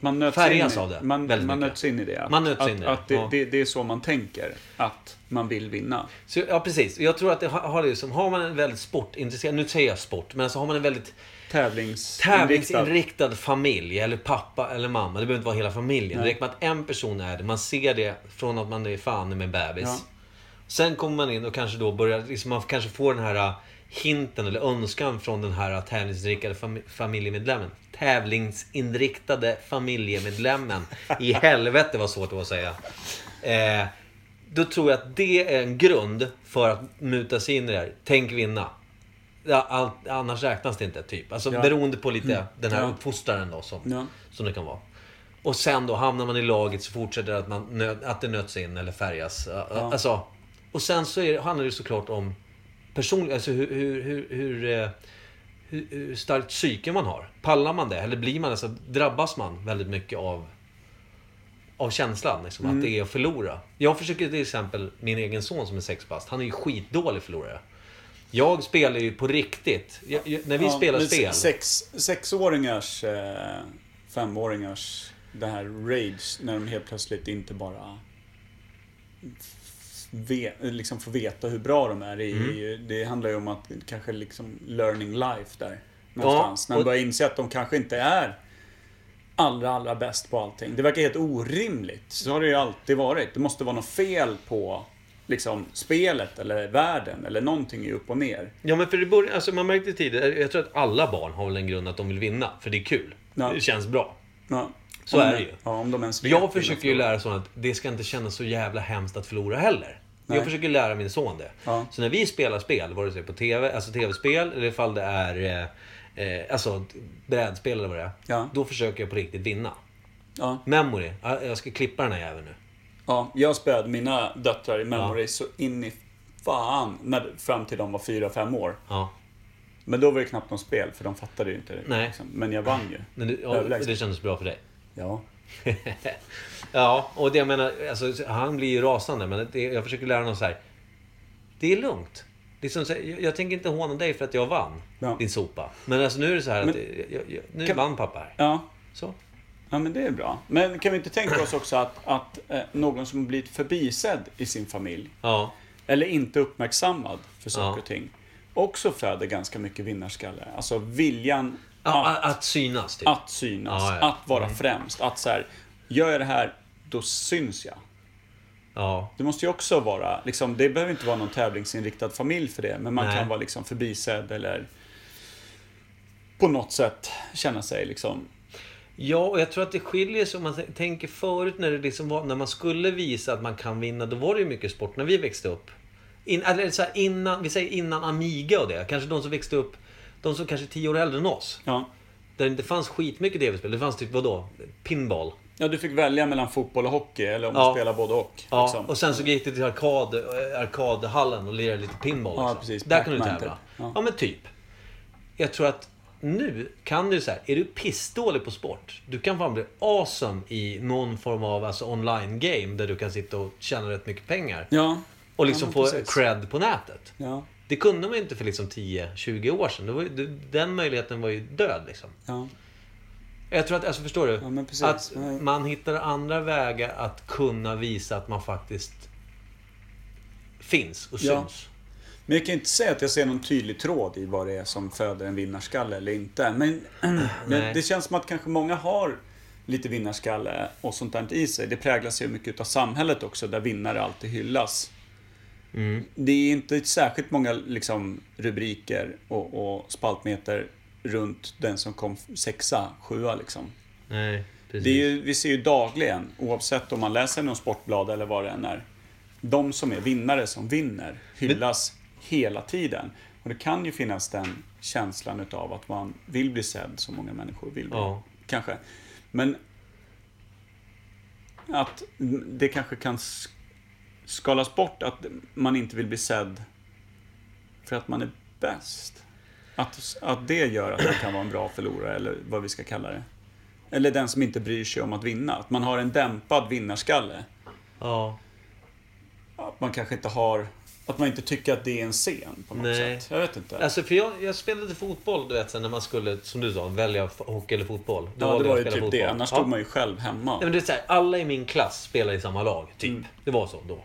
S1: Man nöts
S2: Färgas
S1: in i,
S2: av det,
S1: Man,
S2: väldigt
S1: man
S2: mycket.
S1: nöts in i det. Att,
S2: Man nöts
S1: att,
S2: in i det,
S1: Att det,
S2: ja.
S1: det, det är så man tänker. Att man vill vinna.
S2: så, ja, precis. Jag tror att det har, har, liksom, har man en väldigt sportintresserad... Nu säger jag sport, men alltså har man en väldigt
S1: Tävlingsinriktad.
S2: tävlingsinriktad familj. Eller pappa eller mamma. Det behöver inte vara hela familjen. Det räcker med att en person är det. Man ser det från att man är fan med en bebis.
S1: Ja.
S2: Sen kommer man in och kanske då börjar, liksom man kanske får den här äh, hinten eller önskan från den här äh, tävlingsinriktade fami- familjemedlemmen. Tävlingsinriktade familjemedlemmen. I helvete vad svårt det var att säga. Eh, då tror jag att det är en grund för att muta sig in i det här. Tänk vinna. Ja, allt, annars räknas det inte, typ. Alltså
S1: Ja. Mm.
S2: beroende på lite den här
S1: Ja.
S2: uppfostraren då som,
S1: Ja.
S2: som det kan vara. Och sen då hamnar man i laget så fortsätter det att, man nö, att det nöts in eller färgas. Alltså, och sen så är, det- handlar det såklart om personlig, alltså hur, hur, hur, hur, eh, hur, hur starkt psyke man har. Pallar man det? Eller blir man, alltså, drabbas man väldigt mycket av, av känslan? Liksom, Att det är att förlora. Jag försöker till exempel, min egen son som är sex bast, han är ju skitdålig förlorare. Jag spelar ju på riktigt. Jag, jag, när vi
S1: Ja,
S2: spelar
S1: men
S2: spel.
S1: Sex, sexåringars, eh, femåringars, det här rage när de helt plötsligt inte bara ve, liksom får veta hur bra de är. Det, är
S2: Mm.
S1: ju, det handlar ju om att kanske liksom learning life där. Någonstans. när
S2: och-
S1: man börjar inse att de kanske inte är allra, allra bäst på allting. Det verkar helt orimligt. Så har det ju alltid varit. Det måste vara något fel på liksom spelet eller världen eller någonting är upp och ner.
S2: Ja, men för det början, alltså man märkte tidigare, jag tror att alla barn har väl en grund att de vill vinna, för det är kul.
S1: Ja.
S2: Det känns bra.
S1: Ja.
S2: Så
S1: om
S2: är
S1: de-
S2: det ju.
S1: Ja, om de ens
S2: Jag
S1: vet liksom.
S2: försöker ju
S1: innan-
S2: lära sonen att det ska inte kännas så jävla hemskt att förlora heller.
S1: Nej.
S2: Jag försöker lära min son det.
S1: Ja.
S2: Så när vi spelar spel, vare sig på TV, alltså TV-spel eller ifall det är eh, eh, alltså brädspel eller vad det är.
S1: Ja.
S2: Då försöker jag på riktigt vinna.
S1: Ja,
S2: Memory, ja, jag ska klippa den här jäveln nu.
S1: ja, jag spöade mina döttrar i Memory så in i fan när, fram till de var 4-5 år.
S2: Ja.
S1: Men då var det knappt något spel för de fattade ju inte det. liksom.
S2: Nej.
S1: Men jag vann ju.
S2: Men du, ja,
S1: Överlägset.
S2: det kändes bra för dig.
S1: Ja.
S2: ja, och det jag menar, alltså, han blir ju rasande. Men det, jag försöker lära honom så här. det är lugnt. Liksom, så- jag, jag tänker inte håna dig för att jag vann
S1: Ja.
S2: din sopa. Men alltså nu är det så här
S1: Men-
S2: att jag, jag, jag, nu
S1: Kan-
S2: vann pappa här.
S1: Ja,
S2: Så.
S1: ja, men det är bra. Men kan vi inte tänka oss också att, att eh, någon som blivit förbisedd i sin familj,
S2: Ja.
S1: eller inte uppmärksammad för saker
S2: Ja.
S1: och ting, också föder ganska mycket vinnarskalle. Alltså viljan
S2: A-
S1: att,
S2: a- att synas, typ.
S1: att synas,
S2: Ja, Mm. ja.
S1: att vara främst, att så här, gör jag det här, då syns jag.
S2: Ja.
S1: Det måste ju också vara, liksom, det behöver inte vara någon tävlingsinriktad familj för det, men man
S2: Nej.
S1: kan vara liksom förbisedd eller på något sätt känna sig liksom...
S2: Ja, och jag tror att det skiljer sig om man t- tänker förut när det liksom var, när man skulle visa att man kan vinna, då var det ju mycket sport när vi växte upp. In, eller så här, innan, vi säger innan Amiga och det. Kanske de som växte upp, de som kanske är tio år äldre än oss.
S1: Ja.
S2: Där det inte fanns skitmycket DV-spel. Det fanns typ vadå? Pinball.
S1: ja, du fick välja mellan fotboll och hockey, eller om
S2: Ja.
S1: du spelar både och.
S2: Ja,
S1: liksom.
S2: och sen så gick det till arkad, eh, arkadhallen och lirade lite pinball.
S1: Ja,
S2: Liksom.
S1: precis.
S2: Där kunde du
S1: Pac-Man,
S2: tävla.
S1: typ. Ja.
S2: Ja. men typ. Jag tror att nu kan du så här, är du pissdålig på sport, du kan fan bli awesome i någon form av alltså, online game där du kan sitta och tjäna rätt mycket pengar.
S1: ja.
S2: Och liksom
S1: men
S2: få
S1: precis.
S2: cred på nätet.
S1: Ja,
S2: Det kunde man ju inte för liksom 10-20 år sedan. Det var ju, det, den möjligheten var ju död liksom.
S1: ja.
S2: Jag tror att, alltså förstår du?
S1: Ja, men precis.
S2: att
S1: Nej.
S2: man hittar andra vägar att kunna visa att man faktiskt finns och
S1: Ja.
S2: syns.
S1: Men jag kan ju inte säga att jag ser någon tydlig tråd i vad det är som föder en vinnarskalle eller inte. Men, men
S2: Nej.
S1: det känns som att kanske många har lite vinnarskalle och sånt där i sig. Det präglas ju mycket av samhället också, där vinnare alltid hyllas. Det är inte särskilt många liksom, rubriker och, och spaltmeter runt den som kom sexa, sjua liksom.
S2: Nej, precis.
S1: Det är ju, vi ser ju dagligen, oavsett om man läser någon sportblad eller vad det än är, de som är vinnare som vinner hyllas hela tiden. Och det kan ju finnas den känslan utav att man vill bli sedd som många människor vill bli.
S2: Ja.
S1: Kanske. Men att det kanske kan sk- skalas bort att man inte vill bli sedd för att man är bäst. Att, att det gör att man kan vara en bra förlorare eller vad vi ska kalla det. Eller den som inte bryr sig om att vinna. Att man har en dämpad vinnarskalle.
S2: Ja.
S1: Att man kanske inte har... Att man inte tycker att det är en scen på något
S2: Nej.
S1: sätt. Jag vet inte.
S2: Alltså för jag, jag spelade fotboll, du vet, sen när man skulle, som du sa, välja f- hockey eller fotboll. Då
S1: ja,
S2: valde
S1: det
S2: jag
S1: var
S2: att
S1: ju
S2: spela
S1: typ det. Annars
S2: Ja.
S1: stod man ju själv hemma.
S2: Nej, men det är så här, alla i min klass spelar i samma lag, typ.
S1: Mm.
S2: Det var så då.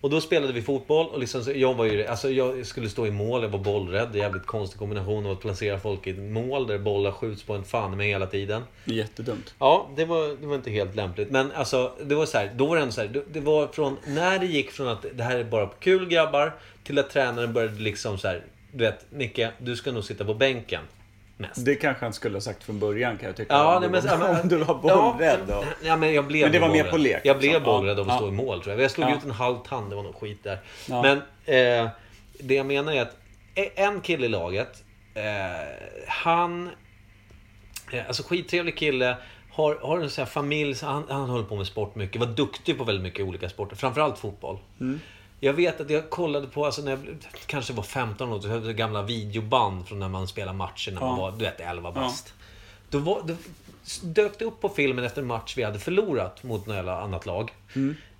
S2: Och då spelade vi fotboll och liksom, så- jag, var ju, alltså jag skulle stå i mål, jag var bollrädd. Det är en jävligt konstig kombination av att placera folk i ett mål där bollar skjuts på en fan med hela tiden.
S1: Jättedumt.
S2: Ja, det var, det var inte helt lämpligt. Men alltså, det var så här, då var det ändå så här, det- det var från när det gick från att det här är bara kul grabbar till att tränaren började liksom så här, du vet Micke, du ska nog sitta på bänken. Mest.
S1: Det kanske han skulle ha sagt från början kan jag tycka.
S2: Ja,
S1: om,
S2: nej,
S1: du
S2: men,
S1: var,
S2: ja, men,
S1: om du var bollrädd.
S2: Ja,
S1: och-
S2: ja, men, jag blev
S1: Men det var mer
S2: bollrädd.
S1: på lek,
S2: Jag
S1: liksom.
S2: blev
S1: Ja,
S2: bollrädd av att
S1: ja.
S2: stå i mål tror jag. Jag slog
S1: Ja.
S2: ut en halv tand, det var nog skit där.
S1: Ja.
S2: Men eh, det jag menar är att e- en kille i laget, eh, han Eh, Alltså skittrevlig kille. Har, har en sån här familj, så han, han höll på med sport mycket. Var duktig på väldigt mycket olika sporter. Framförallt fotboll.
S1: Mm.
S2: Jag vet att jag kollade på, alltså när jag blev- kanske var 15 år, så hade jag gamla videoband från när man spelade matcher när man
S1: Ja.
S2: var, du vet, 11 bast. Då, var, då dök det upp på filmen efter en match vi hade förlorat mot något jävla annat lag.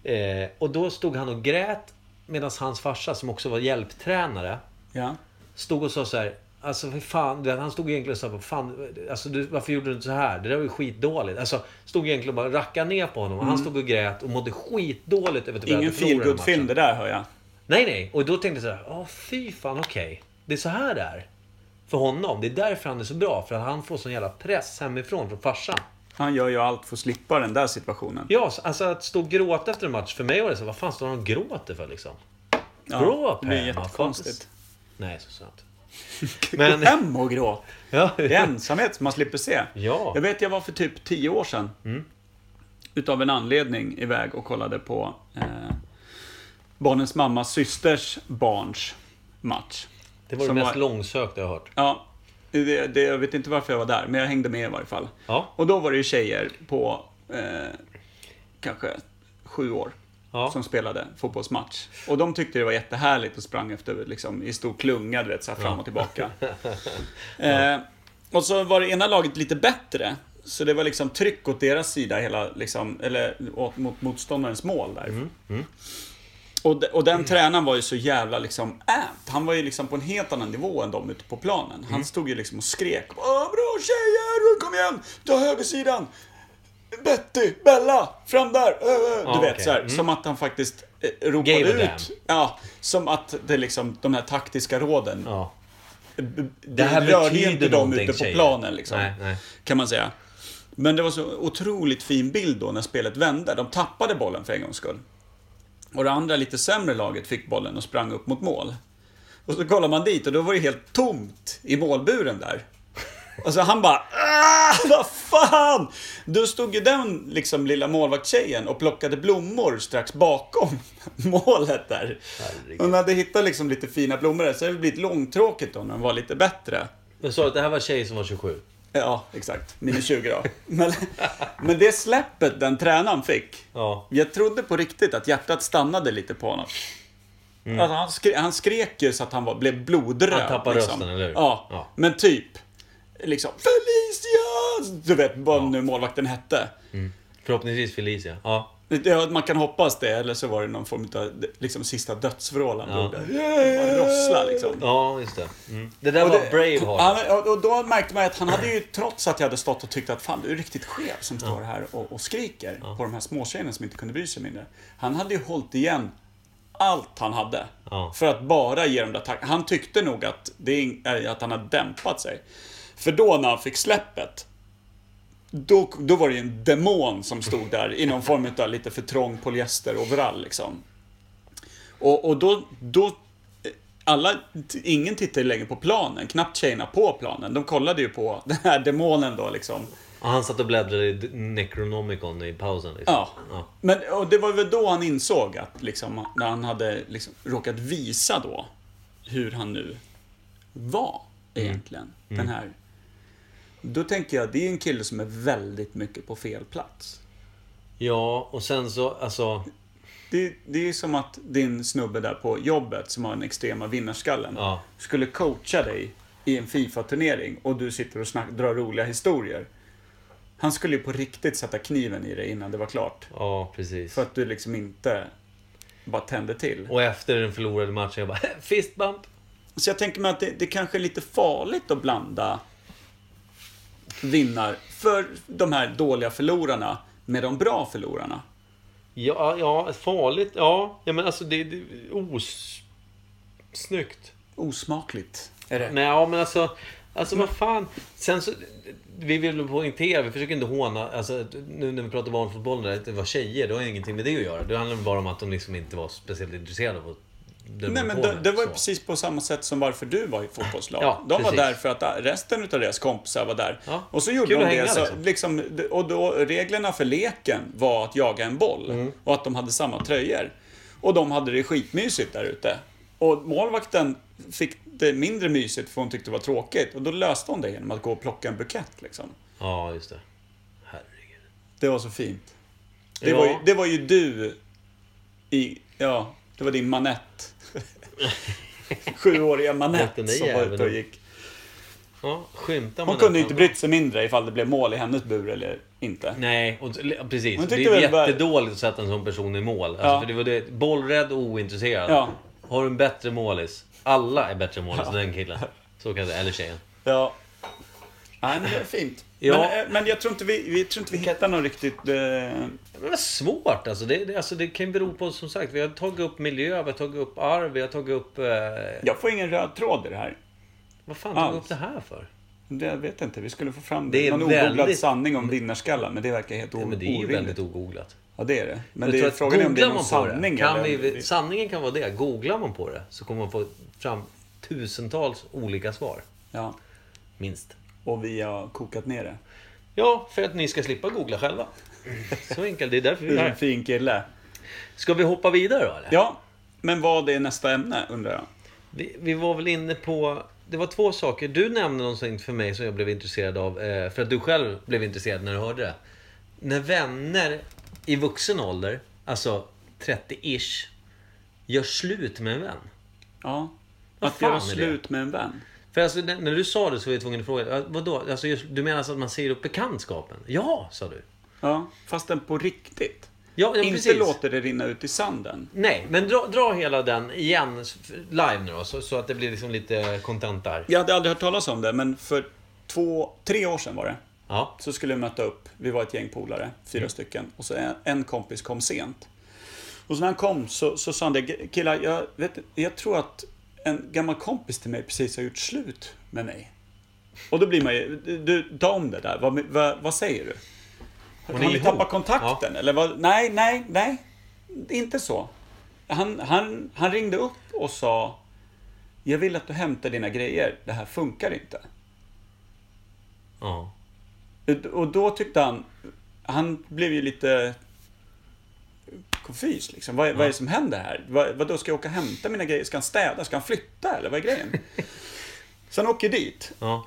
S2: Eh, och då stod han och grät medan hans farsa, som också var hjälptränare,
S1: Ja.
S2: Stod och sa så här. Alltså för fan, du vet, han stod egentligen och sa fan, alltså, du, varför gjorde du inte så här? Det där var ju skitdåligt. Alltså, stod egentligen och bara rackade ner på honom. Han stod och grät och mådde skitdåligt över att vi
S1: Ingen
S2: hade förlorat den
S1: feelgood-film
S2: matchen.
S1: det där hör jag.
S2: Nej, nej. Och då tänkte jag så här, ja fy fan okej. Det är så här det är. För honom. Det är därför han är så bra. För att han får sån jävla press hemifrån från farsan.
S1: Han gör ju allt för att slippa den där situationen.
S2: Ja, så- alltså att stå och gråta efter en match. För mig var det så här, vad fan står han och gråter för liksom?
S1: Ja,
S2: grow up
S1: Det blir
S2: här, man.
S1: jättekonstigt.
S2: Nej, så sant.
S1: Men...
S2: Men-
S1: Gå hem och gråt.
S2: Ja.
S1: Det är ensamhet som man slipper se.
S2: Ja. Mm.
S1: Jag vet, jag var för typ tio år sedan. Utav en anledning iväg och kollade på eh, barnens mammas systers barns match.
S2: Det var det
S1: Som
S2: mest
S1: var-
S2: långsökta jag har hört.
S1: Ja, det, det, jag vet inte varför jag var där, men jag hängde med i varje fall.
S2: Ja.
S1: Och då var det ju tjejer på eh, kanske sju år
S2: Ja.
S1: som spelade fotbollsmatch. Och de tyckte det var jättehärligt och sprang efter liksom, i stor klunga, du vet, så här fram och tillbaka. eh, och så var det ena laget lite bättre. Så det var liksom tryck
S2: Mm.
S1: åt deras sida, hela, liksom, eller åt, mot motståndarens mål där. Och, de- och den tränaren var ju så jävla liksom amped. Han var ju liksom på en helt annan nivå än de ute på planen.
S2: Mm.
S1: Han stod ju liksom och skrek. Åh, bra tjejer! Kom igen! Ta högersidan! Betty! Bella! Fram där! Ö, ö." Du
S2: Ja,
S1: vet,
S2: okej.
S1: så här,
S2: Mm.
S1: Som att han faktiskt eh, ropade
S2: Gave a
S1: ut.
S2: damn.
S1: Ja, som att det liksom, de här taktiska råden.
S2: Ja.
S1: b-
S2: Det här
S1: det rörde ju
S2: betyder
S1: inte dem
S2: någonting,
S1: ute på
S2: tjejer.
S1: planen liksom.
S2: Nej, nej.
S1: Kan man säga. Men det var så otroligt fin bild då när spelet vände. De tappade bollen för en gångs skull. Och det andra lite sämre laget fick bollen och sprang upp mot mål. Och så kollar man dit och då var det helt tomt i målburen där. Och så han bara "Ah, vad fan! Då stod ju den liksom lilla målvaktstjejen och plockade blommor strax bakom målet där.
S2: Herregud.
S1: Hon hade hittat liksom lite fina blommor där, så det hade blivit långtråkigt då när de var lite bättre.
S2: Men sa att det här var tjej som var 27?
S1: Ja, exakt. Minus 20 då. Men, men det släppet den tränaren fick.
S2: Ja.
S1: Jag trodde på riktigt att hjärtat stannade lite på honom. Alltså, han, skrek, han skrek ju så att han var, blev blodröd.
S2: Mm.
S1: liksom.
S2: Han tappade rösten, eller hur?
S1: Ja,
S2: Ja.
S1: men typ. Liksom Felicia! Du vet vad nu målvakten hette.
S2: Förhoppningsvis Felicia. Ja.
S1: Ja, man kan hoppas det, eller så var det någon form av liksom, sista dödsvrål han
S2: Ja.
S1: gjorde. Bara rossla liksom.
S2: Ja, just det. Mm. Det där
S1: Och
S2: var
S1: det-
S2: Braveheart.
S1: han- och- och då märkte man att han hade ju, trots att jag hade stått och tyckt att fan du är riktigt skev som står här och, och skriker på de här småtjejerna som inte kunde bry sig mindre. Han hade ju hållit igen allt han hade.
S2: Ja.
S1: För att bara ge dem där tack. Han tyckte nog att, det, är ing- äh, att han hade dämpat sig. För då när han fick släppet, då, då var det ju en demon som stod där i någon form av lite för trång polyester overall liksom. Och, och då, då alla, t- ingen tittade ju längre på planen, knappt tjejerna på planen. De kollade ju på den här demonen då liksom.
S2: Och han satt och bläddrade i D- Necronomicon i pausen. Liksom.
S1: Ja. Men, och det var väl då han insåg att, liksom, när han hade liksom, råkat visa då hur han nu var egentligen. Den här. Då tänker jag, det är ju en kille som är väldigt mycket på fel plats.
S2: ja, och sen så, alltså...
S1: Det, det är ju som att din snubbe där på jobbet som har den extrema vinnarskallen
S2: Ja.
S1: skulle coacha dig i en Fifa-turnering och du sitter och snack, drar roliga historier. Han skulle ju på riktigt sätta kniven i dig innan det var klart.
S2: Ja, precis.
S1: För att du liksom inte bara tände till.
S2: Och efter den förlorade matchen, jag bara fist bump.
S1: Så jag tänker mig att det, det kanske är lite farligt att blanda vinnar för de här dåliga förlorarna med de bra förlorarna.
S2: Ja, ja, farligt. Ja, ja men alltså det, det är os... Snyggt.
S1: Osmakligt. Är det?
S2: Nej, ja, men alltså... Alltså vad fan. Sen så... Vi vill poängtera, vi försöker inte håna... Alltså, nu när vi pratar barnfotboll, där, att det var tjejer, det har ju ingenting med det att göra. Det handlar bara om att de liksom inte var speciellt intresserade av att...
S1: Nej,
S2: det de
S1: men
S2: höll på
S1: det,
S2: med,
S1: det var ju
S2: så.
S1: precis på samma sätt som varför du var i fotbollslag.
S2: Ja,
S1: de
S2: precis.
S1: var där för att ah, resten av deras kompisar var där.
S2: Ja,
S1: Och så gjorde
S2: kul
S1: de
S2: att
S1: det.
S2: hänga,
S1: så,
S2: liksom.
S1: liksom, och då, reglerna för leken var att jaga en boll
S2: Mm.
S1: och att de hade samma tröjor. Och de hade det skitmysigt där ute. Och målvakten fick det mindre mysigt för hon tyckte det var tråkigt. Och då löste hon det genom att gå och plocka en bukett. Liksom.
S2: Ja, just det. Herregud.
S1: Det var så fint. Det,
S2: Ja.
S1: var, ju, det var ju du i... Ja, det var din manett. Sjuåriga manett
S2: Den där
S1: som var ute och
S2: jäveln.
S1: gick.
S2: Ja, skymtar man
S1: Hon kunde
S2: att
S1: inte
S2: han-
S1: brytt sig mindre ifall det blev mål i hennes bur eller inte.
S2: Nej, och, precis.
S1: Hon
S2: Det
S1: tyckte
S2: är
S1: väl bara-
S2: jättedåligt att sätta en sån person i mål. Alltså,
S1: Ja.
S2: för det var det, bollrädd och ointresserad.
S1: Ja.
S2: Har du en bättre målis? Alla är bättre målis än den killen. Så kan det, eller tjejen.
S1: Ja. Nej, men det är fint.
S2: Ja.
S1: Men, eh, men jag tror inte vi, vi, tror inte vi hittar någon riktigt... Eh,
S2: Men vad svårt alltså. Det, det, alltså. det kan ju bero på, som sagt, vi har tagit upp miljö, vi har tagit upp arv, vi har tagit upp... Eh,
S1: jag får ingen röd tråd i det här.
S2: Vad fan tog vi
S1: Alls.
S2: upp det här för?
S1: Det, jag vet inte, vi skulle få fram
S2: Det är
S1: någon ogooglad
S2: väldigt-
S1: sanning om vinnarskallar, men det verkar helt o-
S2: Ja, men det är ju
S1: orimligt.
S2: väldigt ogooglat.
S1: Ja, det är det. Men
S2: Jag
S1: det
S2: tror
S1: är,
S2: att
S1: frågan är om det är
S2: googlar
S1: någon
S2: man på det,
S1: sanning.
S2: kan
S1: eller-
S2: vi, sanningen kan vara det. Googlar man på det så kommer man få fram tusentals olika svar.
S1: Ja,
S2: Minst.
S1: och vi har kokat ner det.
S2: Ja, för att ni ska slippa googla själva. Så enkelt, det är därför vi
S1: Du
S2: är
S1: är en
S2: här.
S1: fin kille.
S2: Ska vi hoppa vidare då eller?
S1: Ja, men vad är nästa ämne undrar jag?
S2: Vi, vi var väl inne på... Det var två saker. Du nämnde någonting för mig som jag blev intresserad av. eh, För att du själv blev intresserad när du hörde det. När vänner i vuxen ålder, alltså 30-ish, gör slut med en vän.
S1: Ja.
S2: Vad
S1: Att
S2: fan
S1: göra
S2: är det?
S1: slut med en vän.
S2: För alltså, när när du sa det så var jag tvungen att fråga. eh, Vadå? Alltså, just, du menar alltså att man säger upp bekantskapen? Ja, sa du.
S1: Ja, fast den på riktigt.
S2: Ja, ja,
S1: inte
S2: precis.
S1: låter det rinna ut i sanden.
S2: Nej, men dra, dra hela den igen s- f- live nu då, så, så att det blir liksom lite content där.
S1: Jag hade aldrig hört talas om det, men för två, tre år sedan var det.
S2: Ja.
S1: Så skulle jag möta upp, vi var ett gäng polare, fyra stycken, och så en, en kompis kom sent. Och så när han kom så, så sa han det, killar, jag, vet, jag tror att en gammal kompis till mig precis har gjort slut med mig. Och då blir man ju, du, ta om det där, vad, vad, vad säger du?
S2: Hon är
S1: har ni
S2: ihop.
S1: tappat kontakten? Eller vad? Nej, nej, nej. Inte så. Han, han, han ringde upp och sa, jag vill att du hämtar dina grejer, det här funkar inte.
S2: Ja.
S1: Och då tyckte han, han blev ju lite confused liksom. Vad, vad är det som händer här? Vad, vadå, ska jag åka och hämta mina grejer? Ska han städa? Ska han flytta? Eller vad är grejen? Så han åker dit.
S2: ja.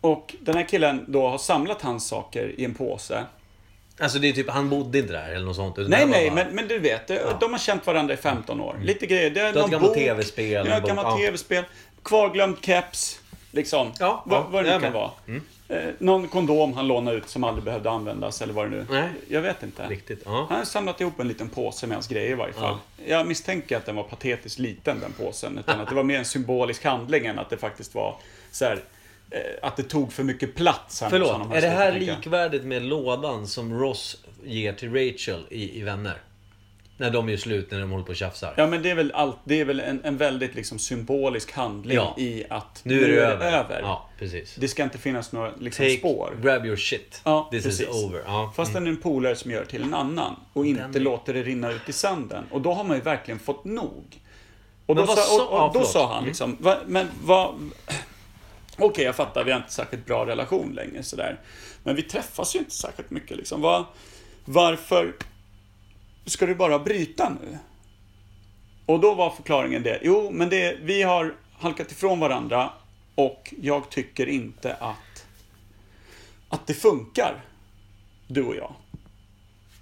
S1: Och den här killen då har samlat hans saker i en påse.
S2: Alltså det är typ, han bodde inte där eller något sånt. utan
S1: Nej,
S2: det var
S1: nej,
S2: bara-
S1: men, men du vet, det- de har känt varandra i 15 år. Lite grejer. Det är
S2: Du har ett
S1: någon
S2: gammalt
S1: bok,
S2: TV-spel,
S1: jag har
S2: en
S1: ett
S2: bok,
S1: gammalt
S2: ja.
S1: tv-spel. Kvarglömd keps. Liksom.
S2: Ja,
S1: vad,
S2: ja,
S1: vad
S2: jag
S1: det
S2: är
S1: nu kan
S2: med. Mm.
S1: vara. Eh, någon kondom han lånade ut som aldrig behövde användas eller vad det nu
S2: Nej.
S1: Jag vet inte.
S2: Riktigt, ja.
S1: Han har samlat ihop en liten påse med hans grejer i varje fall. Jag misstänker att den var patetiskt liten den påsen. Utan att det var mer en symbolisk handling än att det faktiskt var så här, eh, att det tog för mycket plats. hemma hos honom,
S2: Förlåt,
S1: han
S2: är det
S1: skulle
S2: här
S1: tänka.
S2: likvärdigt med lådan som Ross ger till Rachel i, i Vänner? När de gör slut, när de håller på och tjafsar.
S1: Ja men det är väl, allt, det är väl en, en väldigt liksom symbolisk handling
S2: Ja.
S1: i att
S2: Nu är det över.
S1: över.
S2: Ja, precis.
S1: Det ska inte finnas några liksom,
S2: Take,
S1: spår.
S2: grab your shit.
S1: Ja,
S2: This
S1: precis.
S2: is over. Ja. mm.
S1: Fast den är en polare som gör till en annan och inte låter det rinna ut i sanden. Och då har man ju verkligen fått nog. Och
S2: Men
S1: då,
S2: vad
S1: sa,
S2: sa-
S1: och,
S2: ja,
S1: och då
S2: förlåt. Mm.
S1: sa han liksom, "Va- men vad... Okej, jag fattar, vi har inte särskilt bra relation längre sådär. Men vi träffas ju inte särskilt mycket liksom. Vad- varför ska du bara bryta nu? Och då var förklaringen det, jo men det, vi har halkat ifrån varandra och jag tycker inte att, att det funkar, du och jag.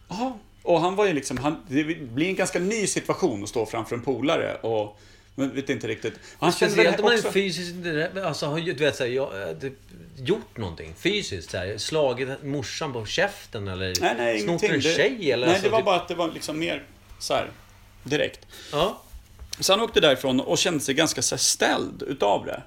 S1: Jaha. Och han var ju liksom, han, det blir en ganska ny situation att stå framför en polare och men vet inte riktigt. Och han kände väl
S2: Speciellt om man är
S1: också-
S2: fysiskt inte rädd. alltså, har ju- du vet, så här, jag, eh, typ, gjort någonting fysiskt. Så här, slagit morsan på käften eller
S1: Nej, nej,
S2: snott
S1: ingenting.
S2: en
S1: Det-
S2: tjej. Eller,
S1: nej,
S2: alltså,
S1: det var
S2: typ-
S1: bara att det var liksom mer så här direkt.
S2: Ja.
S1: Så han åkte därifrån och kände sig ganska så här ställd utav det.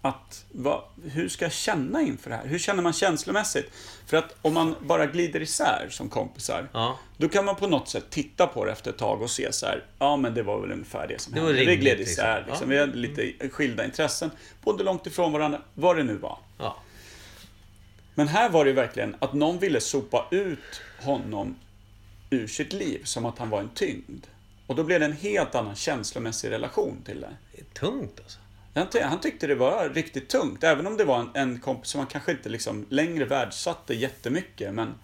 S1: Att, vad, hur ska jag känna inför det här? Hur känner man känslomässigt? För att om man bara glider isär som kompisar,
S2: Ja.
S1: då kan man på något sätt titta på det efter ett tag och se så här, ja men det var väl ungefär det som
S2: Det var
S1: hände. vi
S2: rimligt,
S1: gled isär,
S2: liksom.
S1: liksom.
S2: Ja.
S1: vi hade lite skilda intressen, bodde långt ifrån varandra, vad det nu var.
S2: ja.
S1: Men här var det ju verkligen att någon ville sopa ut honom ur sitt liv, som att han var en tyngd. Och då blev det en helt annan känslomässig relation till det.
S2: Det är tungt alltså.
S1: Han, ty- han tyckte det var riktigt tungt, även om det var en, en kompis som han kanske inte liksom längre värdesatte jättemycket. Men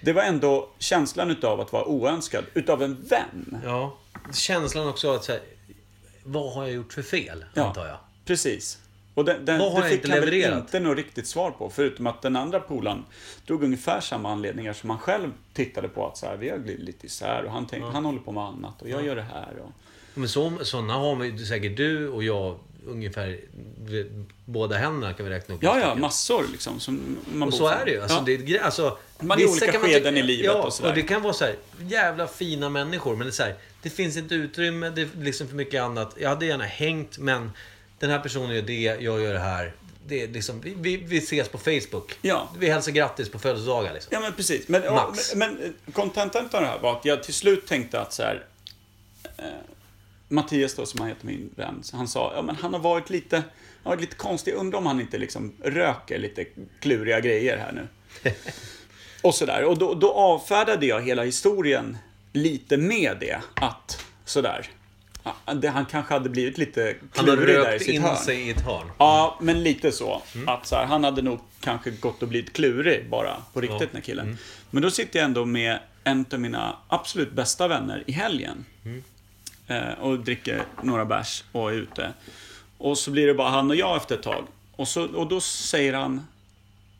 S1: det var ändå känslan utav att vara oönskad, utav en vän.
S2: Ja. Känslan också av att så här, vad har jag gjort för fel?
S1: Ja.
S2: Antar jag.
S1: Precis. Och den, den,
S2: Vad har
S1: det
S2: jag
S1: fick
S2: inte
S1: han väl
S2: levererat?
S1: inte något riktigt svar på, förutom att den andra polaren drog ungefär samma anledningar som han själv tittade på. Att så här, vi har glidit lite isär och han, tänkte, han håller på med annat och jag gör det här. Och...
S2: Men så, sådana har vi, säkert du och jag ungefär vi- båda händerna kan vi räkna upp.
S1: Ja, ja, massor liksom. Som man
S2: Och
S1: bor
S2: så
S1: för.
S2: är det ju. Alltså,
S1: Ja.
S2: det är, gre- alltså,
S1: Man är i
S2: vissa
S1: olika
S2: kan man
S1: skeden
S2: tycka-
S1: i livet
S2: ja,
S1: och sådär.
S2: det kan vara så här, jävla fina människor, men det är så här, det finns inte utrymme, det är liksom för mycket annat. Jag hade gärna hängt, men den här personen gör det, jag gör det här. Det är liksom, vi, vi, vi ses på Facebook.
S1: Ja.
S2: Vi hälsar grattis på födelsedagar liksom.
S1: Ja, men precis. Men, ja,
S2: Max.
S1: men, men eh, kontentan av det här var att jag till slut tänkte att så här... Eh, Mattias då, som han heter, min vän, så han sa ja, men han har varit lite, han har varit lite konstig. Undrar om han inte liksom röker lite kluriga grejer här nu. Och sådär. Och då, då avfärdade jag hela historien lite med det. Att sådär. ja, det- Han kanske hade blivit lite
S2: Han har
S1: klurig där i
S2: rökt
S1: sitt
S2: in
S1: hörn.
S2: sig i ett hörn.
S1: Ja, men lite så.
S2: Mm.
S1: Att så här, han hade nog kanske gått och blivit klurig bara på riktigt, den här killen.
S2: Mm.
S1: Men då sitter jag ändå med en av mina absolut bästa vänner i helgen.
S2: Mm.
S1: Eh, och dricker några bärs och är ute. Och så blir det bara han och jag efter ett tag. Och, så, och då säger han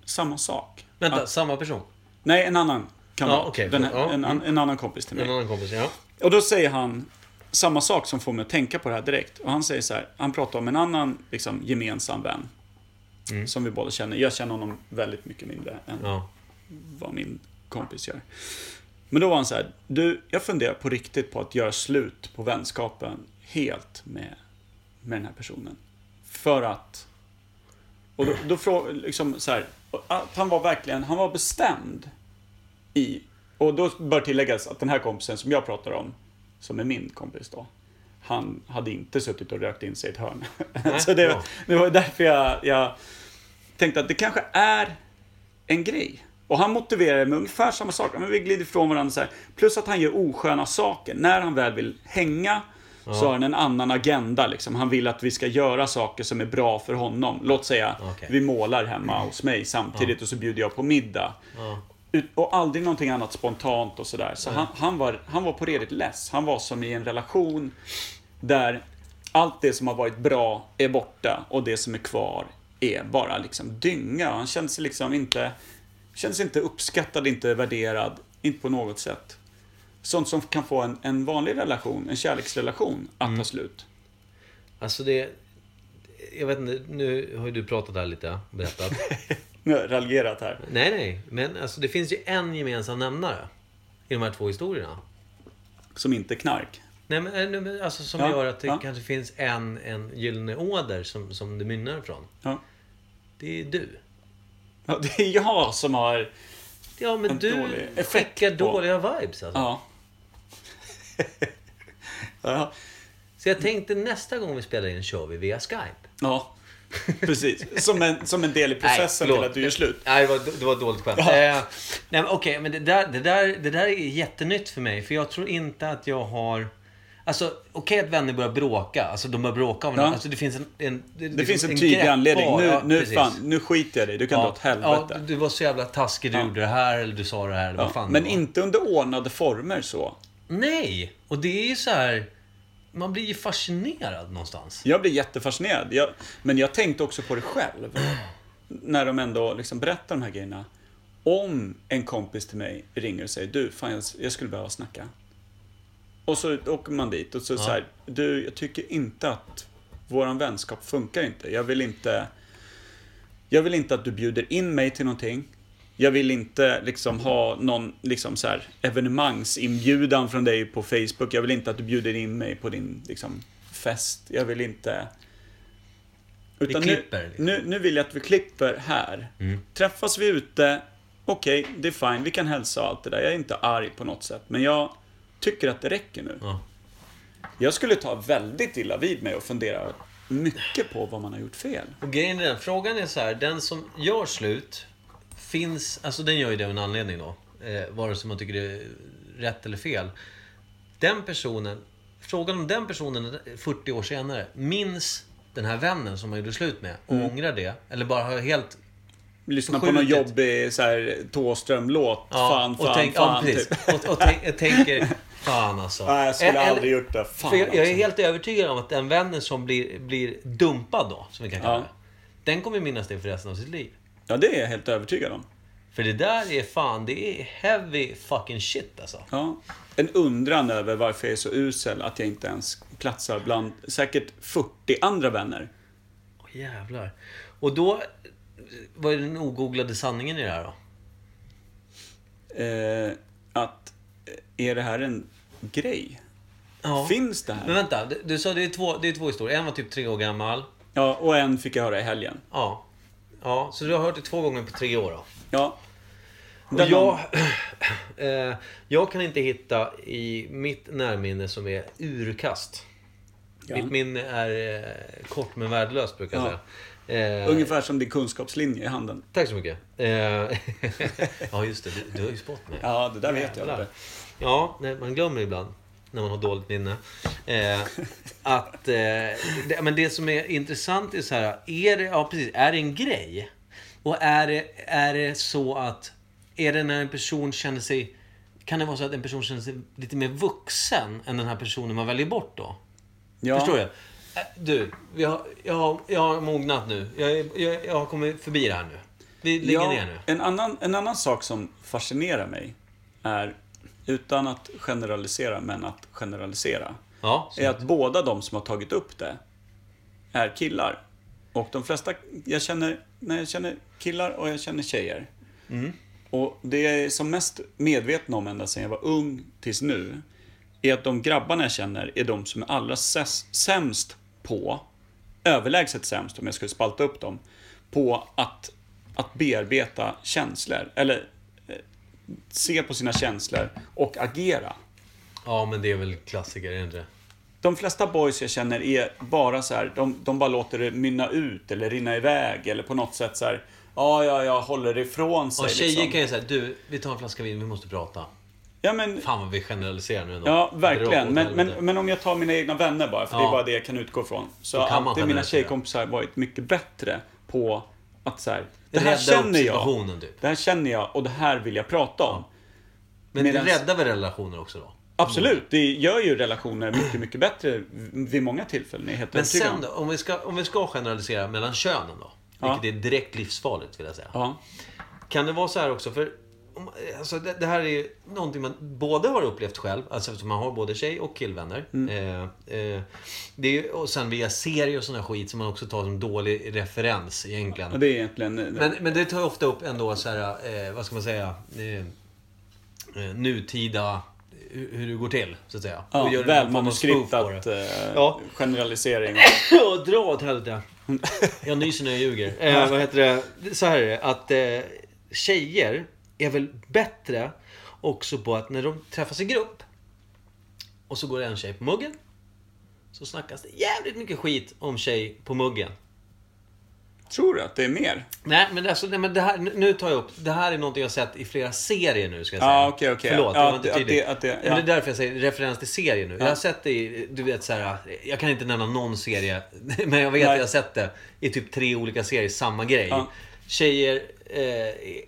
S1: samma sak.
S2: Vänta,
S1: Att,
S2: samma person?
S1: nej, en annan kamrat.
S2: Ja, okej,
S1: Den här-
S2: ja, mm.
S1: en, an- en annan kompis till mig.
S2: En annan kompis, ja.
S1: Och då säger han samma sak som får mig att tänka på det här direkt. Och han säger så här, han pratar om en annan liksom, gemensam vän. Som vi båda känner. Jag känner honom väldigt mycket mindre än
S2: ja.
S1: vad min kompis gör. Men då var han så här, du, jag funderar på riktigt på att göra slut på vänskapen helt med, med den här personen. För att... Och då, då frå, liksom så här, att han var verkligen, han var bestämd i... Och då bör tilläggas att den här kompisen som jag pratar om, som är min kompis då, han hade inte suttit och rökt in sig i ett hörn. så det,
S2: bra.
S1: det var därför jag, jag tänkte att det kanske är en grej. Och han motiverar det med ungefär samma sak. Men vi glider ifrån varandra så här. Plus att han gör osköna saker. När han väl vill hänga så har han en annan agenda. Liksom. Han vill att vi ska göra saker som är bra för honom. Låt säga,
S2: Okej.
S1: vi målar hemma hos mig samtidigt och så bjuder jag på middag.
S2: Ja.
S1: Ut- Och aldrig någonting annat spontant och sådär. Så han, han, var, han var på redigt less. Han var som i en relation där allt det som har varit bra är borta och det som är kvar är bara liksom dynga. Han kände sig liksom inte, kände sig inte uppskattad, inte värderad, inte på något sätt. Sånt som kan få en, en vanlig relation, en kärleksrelation, att ta slut.
S2: Alltså det... Jag vet inte, nu har ju du pratat här lite, berättat.
S1: Nu har jag raljerat här.
S2: nej, nej. Men alltså det finns ju en gemensam nämnare. I de här två historierna.
S1: Som inte är knark.
S2: Nej, men, eh, nej, men alltså som
S1: Ja,
S2: gör att det
S1: ja.
S2: kanske finns en, en gyllene åder som, som det mynnar ifrån.
S1: Ja.
S2: Det är du.
S1: Ja, det är jag som har...
S2: Ja, men
S1: En
S2: du
S1: dålig effekt
S2: skickar
S1: på-
S2: dåliga vibes alltså.
S1: Ja. ja.
S2: Så jag tänkte nästa gång vi spelar in kör vi via Skype.
S1: Ja, precis. Som en, som en del i processen till
S2: Nej, förlåt.
S1: att du gör slut.
S2: Nej, det var, det var ett dåligt skämt. Eh, nej, men Okej, men det där, det, där, det där är jättenytt för mig. För jag tror inte att jag har... Alltså, okej att vänner börjar bråka. Alltså, de börjar bråka av
S1: Ja.
S2: något. Alltså, det finns en... en det,
S1: Det finns en
S2: greppbar-
S1: tydlig anledning. Nu,
S2: ja,
S1: nu,
S2: precis.
S1: fan, nu skiter jag i dig. Du kan dra åt
S2: Ja,
S1: helvete.
S2: du var så jävla taskig. Du gjorde det här eller du sa det här. Eller
S1: Ja,
S2: vad fan
S1: men
S2: det var.
S1: inte under ordnade former så.
S2: Nej! Och det är ju så här... Man blir ju fascinerad någonstans.
S1: Jag blev jättefascinerad. Jag, men jag tänkte också på det själv. När de ändå liksom berättar de här grejerna. Om en kompis till mig ringer och säger du, fan jag, jag skulle behöva snacka. Och så åker man dit och så, så här, du, jag tycker inte att våran vänskap funkar inte. Jag vill inte, jag vill inte att du bjuder in mig till någonting. Jag vill inte liksom ha någon liksom så här, evenemangsinbjudan från dig på Facebook. Jag vill inte att du bjuder in mig på din liksom, fest. Jag vill inte... Utan
S2: klipper, liksom. Mm.
S1: Nu, nu, nu vill jag att vi klipper här. Träffas vi ute, okej, det är fine. Vi kan hälsa och allt det där. Jag är inte arg på något sätt. Men jag tycker att det räcker nu.
S2: Ja.
S1: Jag skulle ta väldigt illa vid mig och fundera mycket på vad man har gjort fel.
S2: Och grejen är den, frågan är så här, den som gör slut finns, alltså den gör ju det av en anledning då. Eh, vare sig man tycker det är rätt eller fel. Den personen, frågan om den personen 40 år senare minns den här vännen som man gjorde slut med och
S1: Mm.
S2: ångrar det. Eller bara har helt...
S1: Lyssna på
S2: Skjutit.
S1: någon jobbig så här, Thåström-låt. fan, fan,
S2: och tänk, ja,
S1: fan.
S2: precis.
S1: typ.
S2: och, och tänk, jag tänker, fan alltså.
S1: Nej, jag skulle
S2: Eller-
S1: aldrig gjort det. Fan
S2: För jag, jag är
S1: alltså.
S2: helt övertygad om att den vännen som blir, blir dumpad då, som vi kan kalla
S1: Ja.
S2: det. Den kommer minnas det för resten av sitt liv.
S1: Ja, det är jag helt övertygad om.
S2: För det där är fan, det är heavy fucking shit alltså.
S1: Ja. En undran över varför jag är så usel att jag inte ens platsar bland säkert 40 andra vänner.
S2: Åh jävlar. Och då, vad är den ogooglade sanningen i det här då?
S1: Eh, att, eh, är det här en grej?
S2: Ja.
S1: Finns det
S2: Men
S1: här?
S2: vänta, du- du sa det är, två, det är två historier. En var typ tre år gammal.
S1: Ja, och en fick jag höra i helgen.
S2: Ja. Ja, så du har hört det två gånger på tre år då?
S1: Ja.
S2: Och
S1: Där
S2: jag, eh, jag kan inte hitta i mitt närminne som är urkast.
S1: Ja.
S2: Mitt minne är eh, kort men värdelöst brukar jag
S1: Ja.
S2: säga. Eh,
S1: Ungefär som din kunskapslinje i handen.
S2: Tack så mycket. Eh, ja, just det. Du, du har ju spått mig.
S1: Ja, det där vet jag.
S2: Jävlar.
S1: Inte.
S2: Ja, nej, man glömmer ibland när man har dåligt minne. Eh, att, eh, det, men det som är intressant är så här, är det, ja, precis, är det en grej? Och är det, är det så att, är det när en person känner sig, kan det vara så att en person känner sig lite mer vuxen än den här personen man väljer bort då?
S1: Ja.
S2: Förstår jag? Eh, Du, jag, har- jag, har- jag har mognat nu. Jag, är- jag, jag har kommit förbi det här nu. Vi lägger ner nu.
S1: En annan, en annan sak som fascinerar mig är, utan att generalisera, men att generalisera,
S2: Ja, så-
S1: är att båda de som har tagit upp det är killar. Och de flesta, jag känner, när jag känner killar och jag känner tjejer. Och det jag är som mest medveten om ända sedan jag var ung tills nu är att de grabbarna jag känner är de som är allra säs- sämst på, överlägset sämst om jag skulle spalta upp dem, på att, att bearbeta känslor. Eller eh, se på sina känslor och agera.
S2: Ja, men det är väl klassiker, är det inte?
S1: De flesta boys jag känner är bara så här, de, de bara låter det mynna ut eller rinna iväg eller på något sätt så här, ja, ja, jag håller ifrån sig.
S2: Och tjejer
S1: liksom.
S2: kan ju säga du, vi tar en flaska vin, vi måste prata.
S1: Ja, men,
S2: Fan vad vi generaliserar nu ändå.
S1: ja
S2: Dra åt
S1: verkligen. Men, men,
S2: helvete.
S1: men om jag tar mina egna vänner bara, för det
S2: Ja.
S1: är bara det jag kan utgå från. Så
S2: Då kan man
S1: har alltid mina
S2: generalisera.
S1: tjejkompisar varit mycket bättre på att så här, det
S2: Rädda
S1: här
S2: upp
S1: känner jag.
S2: situationen, typ.
S1: Det här känner jag och det här vill jag prata om.
S2: Men
S1: medans-
S2: det räddar väl relationer också då?
S1: Absolut, det gör ju relationer mycket, mycket bättre vid många tillfällen. Jag är helt
S2: Men
S1: övertygad
S2: sen
S1: om.
S2: då, om vi ska, om vi ska generalisera mellan könen då.
S1: Ja.
S2: Vilket är direkt livsfarligt vill jag säga.
S1: Ja.
S2: Kan det vara så här också? För om- alltså det, det här är ju någonting man både har upplevt själv, alltså eftersom man har både tjej och killvänner.
S1: Mm.
S2: Eh, eh, det är, ju- och sen via serier och sån här skit som man också tar som dålig referens egentligen.
S1: Och det är egentligen...
S2: Men, men det tar ju ofta upp ändå så här, eh, vad ska man säga, eh, eh, nutida, hur, hur det går till, så att säga.
S1: Ja,
S2: Och gör en form av spoof
S1: välmanuskriptat
S2: på det.
S1: eh,
S2: Ja.
S1: generalisering.
S2: Och dra åt helvete. Jag nyser när jag ljuger. Eh, vad heter det? Så här är det, att eh, tjejer är väl bättre också på att när de träffas i grupp och så går en tjej på muggen. Så snackas det jävligt mycket skit om tjej på muggen.
S1: Tror du att det är mer?
S2: Nej men, alltså, nej, men det här, nu- nu tar jag upp, det här är någonting jag har sett i flera serier nu ska jag säga.
S1: Ja, Ah, okej, okej.
S2: Förlåt,
S1: Ja,
S2: det var
S1: att-
S2: inte
S1: att
S2: tydligt.
S1: det- att det-
S2: Nej,
S1: ja.
S2: men det är därför jag säger referens till serier nu. Jag har sett det i, du vet så här, jag kan inte nämna någon serie, men jag vet att
S1: Nej.
S2: jag har sett det i typ tre olika serier, samma grej.
S1: Ja.
S2: Tjejer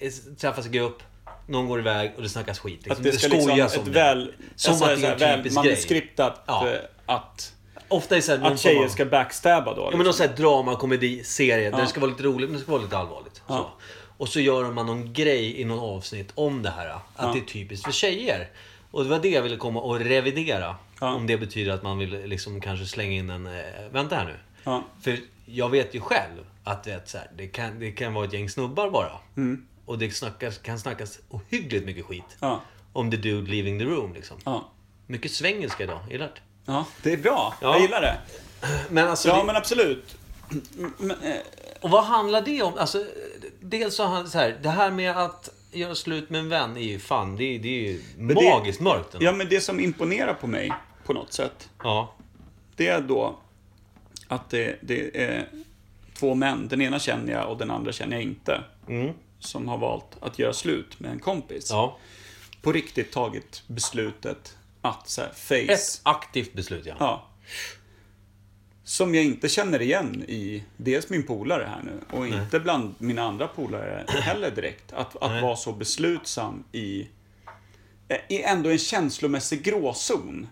S2: eh, träffas i grupp, någon går iväg och det snackas skit. Liksom.
S1: Att det ska liksom
S2: skojas
S1: ett
S2: om
S1: väl...
S2: Som
S1: alltså,
S2: att det är
S1: så här,
S2: en
S1: väl
S2: typisk grej.
S1: manuskriptat
S2: Ja.
S1: eh, att,
S2: Ofta är det så här, någon
S1: att
S2: form av-
S1: tjejer ska backstabba då.
S2: Ja
S1: Liksom.
S2: men alltså- någon sån här drama, komedi, serie där det ska vara lite roligt men det ska vara lite allvarligt. Så.
S1: Ja.
S2: Och så gör man någon grej i någon avsnitt om det här. Att det är typiskt för tjejer. Och det var det jag ville komma och revidera.
S1: Ja.
S2: Om det betyder att man vill liksom kanske slänga in en... Eh, vänta här nu.
S1: Ja.
S2: För jag vet ju själv att vet, så här, det, kan, det kan vara ett gäng snubbar bara. Och det snackas, kan snackas ohyggligt mycket skit.
S1: Mm. Ja.
S2: Om the dude leaving the room liksom.
S1: Ja.
S2: Mycket svengelska idag, gillar det.
S1: ja, det är bra.
S2: Ja.
S1: Jag gillar det.
S2: Men alltså,
S1: Ja,
S2: det,
S1: men absolut. Men, eh,
S2: Och vad handlar det om? Alltså, dels så han så här, det här med att göra slut med en vän är ju fan, det är, det är ju
S1: det-
S2: magiskt mörkt. ändå.
S1: ja, men det som imponerar på mig på något sätt,
S2: ja.
S1: det är då att det, det är två män. Den ena känner jag och den andra känner jag inte.
S2: Mm.
S1: Som har valt att göra slut med en kompis.
S2: ja.
S1: på riktigt tagit beslutet att så här, face...
S2: Ett aktivt beslut, ja.
S1: Ja. Som jag inte känner igen i dels min polare här nu och inte bland mina andra polare heller direkt. Att, att vara så beslutsam i, eh, i ändå en känslomässig gråzon.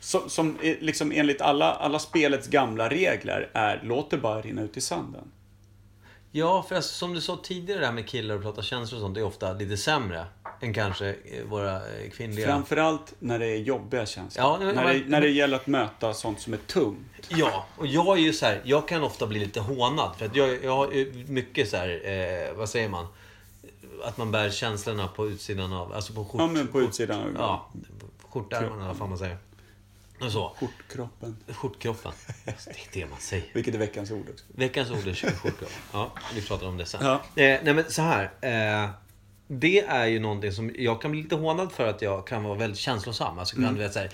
S1: Som, som är liksom enligt alla, alla spelets gamla regler är låt det bara rinna ut i sanden.
S2: Ja, för alltså, som du sa tidigare, det här med killar och prata känslor och sånt, det är ofta lite sämre än kanske eh, våra eh, kvinnliga...
S1: Framförallt när det är jobbiga känslor.
S2: Ja, men-
S1: när, det,
S2: men-
S1: när det gäller att möta sånt som är tungt.
S2: Ja, och jag är ju så här, jag kan ofta bli lite hånad. För att jag, jag har ju mycket så här, eh, vad säger man? Att man bär känslorna på utsidan av, alltså på skjort...
S1: Ja, men på utsidan av-
S2: Ja, på skjortärmarna eller vad fan man säger. Och så.
S1: Skjortkroppen.
S2: Skjortkroppen. Alltså, Det är det man säger.
S1: Vilket är veckans ord också.
S2: Veckans ord är skjortkropp. Ja, vi pratar om det sen.
S1: Ja.
S2: Eh, nej men så här. Eh, det är ju någonting som jag kan bli lite hånad för att jag kan vara väldigt känslosam. Alltså, kan, du vet, så här,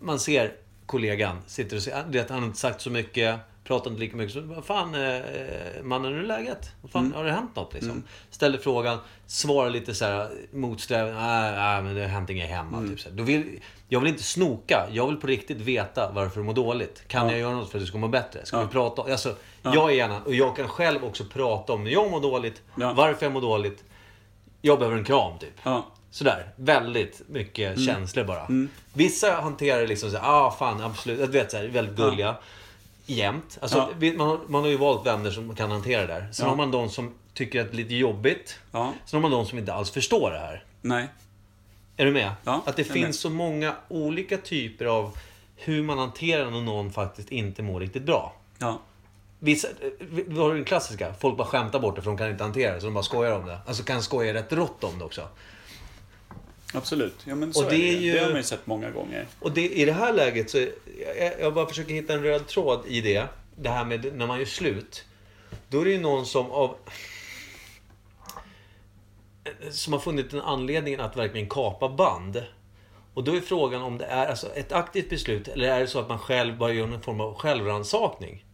S2: man ser kollegan sitter och säger, du vet, han har inte sagt så mycket, pratar inte lika mycket. Så, vad fan eh, mannen, hur är läget? Vad fan, har det hänt något liksom? Ställer frågan, svarar lite så här motsträvigt. Nej, nej, men det har hänt inget hemma. Typ, så här. Då vill, jag vill inte snoka. Jag vill på riktigt veta varför du mår dåligt. Kan jag göra något för att du ska må bättre? Ska vi prata om... Alltså, jag är gärna... Och jag kan själv också prata om när jag mår dåligt,
S1: Ja.
S2: varför jag mår dåligt. Jag behöver en kram, typ.
S1: Ja. Mm.
S2: Sådär. Väldigt mycket känslor bara. Vissa hanterar det liksom såhär, ah fan, absolut. Du vet, såhär, väldigt gulliga. Jämt. Alltså,
S1: Ja.
S2: vi- man, har- man har ju valt vänner som kan hantera det där. Sen
S1: Ja.
S2: har man de som tycker att det är lite jobbigt.
S1: Ja.
S2: Sen har man de som inte alls förstår det här.
S1: Nej.
S2: Är du med?
S1: Ja,
S2: att det
S1: jag är
S2: finns
S1: med.
S2: så många olika typer av hur man hanterar när någon faktiskt inte mår riktigt bra.
S1: Ja.
S2: Vissa, eh, var det den klassiska? Folk bara skämtar bort det för de kan inte hantera det, så de bara skojar om det. Alltså kan skoja rätt rått om det också.
S1: Absolut. Ja, men så
S2: Och
S1: är
S2: det
S1: det,
S2: är ju-
S1: ju... det har man ju sett många gånger.
S2: Och det, i det här läget så, jag, jag bara försöker hitta en röd tråd i det. Det här med när man gör slut. Då är det ju någon som av... Som har funnit en anledning att verkligen kapa band. Och då är frågan om det är alltså ett aktivt beslut eller är det så att man själv bara gör någon form av självrannsakning?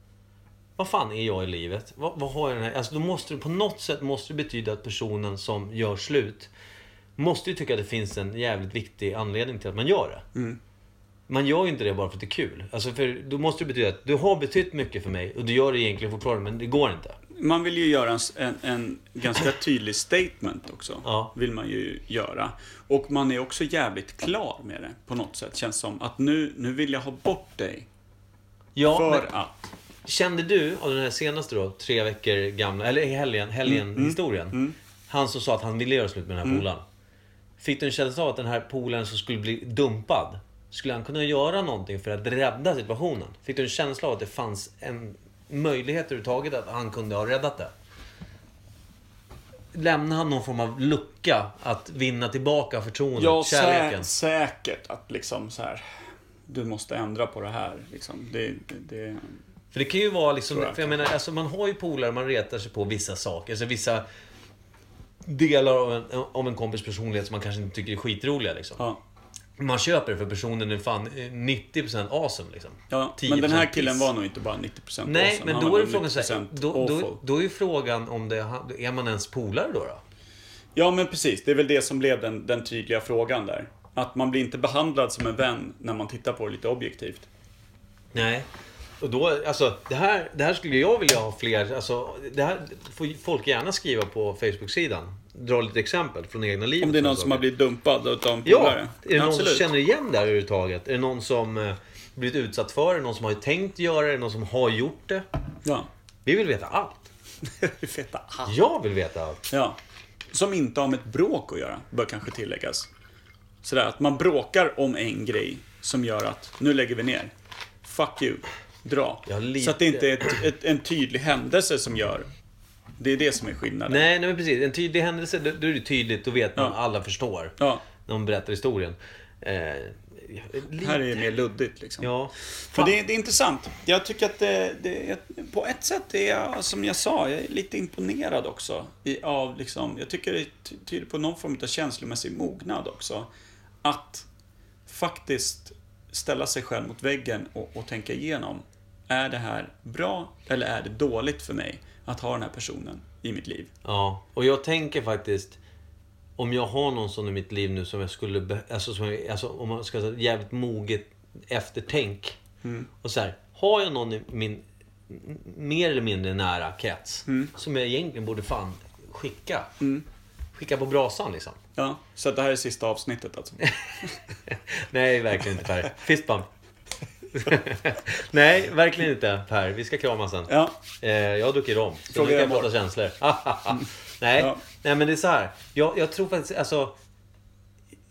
S2: Vad fan är jag i livet? Vad, vad har jag den här? Alltså då måste det på något sätt måste det betyda att personen som gör slut måste ju tycka att det finns en jävligt viktig anledning till att man gör det. Man gör ju inte det bara för att det är kul. Alltså för då måste det betyda att du har betytt mycket för mig och du gör det egentligen fortfarande men det går inte.
S1: Man vill ju göra en, s- en, en ganska tydlig statement också.
S2: Ja.
S1: Vill man ju göra. Och man är också jävligt klar med det på något sätt. Känns som att nu, nu vill jag ha bort dig.
S2: Ja,
S1: för
S2: men
S1: att.
S2: kände du av den här senaste då, tre veckor gamla, eller i helgen, helgen historien. Han som sa att han ville göra slut med den här polaren. Fick du en känsla av att den här polaren som skulle bli dumpad, skulle han kunna göra någonting för att rädda situationen? Fick du en känsla av att det fanns en möjlighet överhuvudtaget att han kunde ha räddat det? Lämnar han någon form av lucka att vinna tillbaka förtroendet,
S1: Ja, sä
S2: kärleken?
S1: säkert att liksom så här. Du måste ändra på det här. Liksom. Det, det, det,
S2: För det kan ju vara liksom,
S1: Tror jag.
S2: för jag menar, alltså man har ju polare man retar sig på vissa saker, alltså vissa delar av en, av en kompis personlighet som man kanske inte tycker är skitroliga liksom.
S1: ja.
S2: Man köper det för personen är fan eh, 90% awesome liksom.
S1: Ja,
S2: 10%
S1: men den här killen
S2: piss.
S1: var nog inte bara 90%
S2: Nej,
S1: awesome.
S2: men
S1: Han
S2: då
S1: var
S2: är
S1: nog
S2: frågan så här,
S1: 90%
S2: då,
S1: awful.
S2: då, då är ju frågan om det, är man ens polare då? då?
S1: Ja, men precis. Det är väl det som blev den, den tydliga frågan där. Att man blir inte behandlad som en vän när man tittar på det lite objektivt.
S2: Nej. Och då, alltså, det, här, det här skulle jag vilja ha fler... Alltså, det här får folk gärna skriva på Facebook-sidan. Dra lite exempel från egna livet.
S1: Om det är någon
S2: Så-
S1: som har blivit dumpad utav en
S2: Ja,
S1: polare.
S2: är det någon
S1: Absolut.
S2: som känner igen det här överhuvudtaget? Är det någon som eh, blivit utsatt för det? Är det någon som har tänkt göra det? Är det någon som har gjort det?
S1: Ja.
S2: Vi vill veta allt.
S1: Vi feta ah.
S2: Jag vill veta allt.
S1: Ja. Som inte har med ett bråk att göra, bör kanske tilläggas. Sådär att man bråkar om en grej som gör att nu lägger vi ner. Fuck you. Dra.
S2: Ja, lite.
S1: Så att det inte är ett, ett, en tydlig händelse som gör. Det är det som är skillnaden.
S2: Nej, nej men precis. En tydlig händelse, då, då är det tydligt. Då vet man.
S1: Ja.
S2: Alla förstår.
S1: Ja,
S2: När de berättar historien. Eh, li-
S1: här är det mer luddigt liksom.
S2: Ja.
S1: Men det, är- det är intressant. Jag tycker att det, det, jag- på ett sätt är jag, som jag sa, jag är lite imponerad också. I, av liksom, jag tycker det ty- tyder på någon form av känslomässig mognad också. Att faktiskt ställa sig själv mot väggen och, och tänka igenom. Är det här bra eller är det dåligt för mig att ha den här personen i mitt liv?
S2: Ja, och jag tänker faktiskt... Om jag har någon sån i mitt liv nu som jag skulle... be- Alltså, som jag, alltså om man ska säga jävligt moget eftertänk. Och så här, har jag någon i min m- mer eller mindre nära krets som jag egentligen borde fan skicka. Skicka på brasan liksom.
S1: Ja, så att det här är sista avsnittet alltså.
S2: Nej, verkligen inte Per. Fist bump. Nej, verkligen inte Per. Vi ska krama sen.
S1: Ja,
S2: Eh, jag har druckit rom. Så
S1: Fråga
S2: nu kan jag
S1: en
S2: prata
S1: bort.
S2: känslor. Nej.
S1: Ja.
S2: Nej, men det är så här. Jag, jag tror faktiskt, alltså...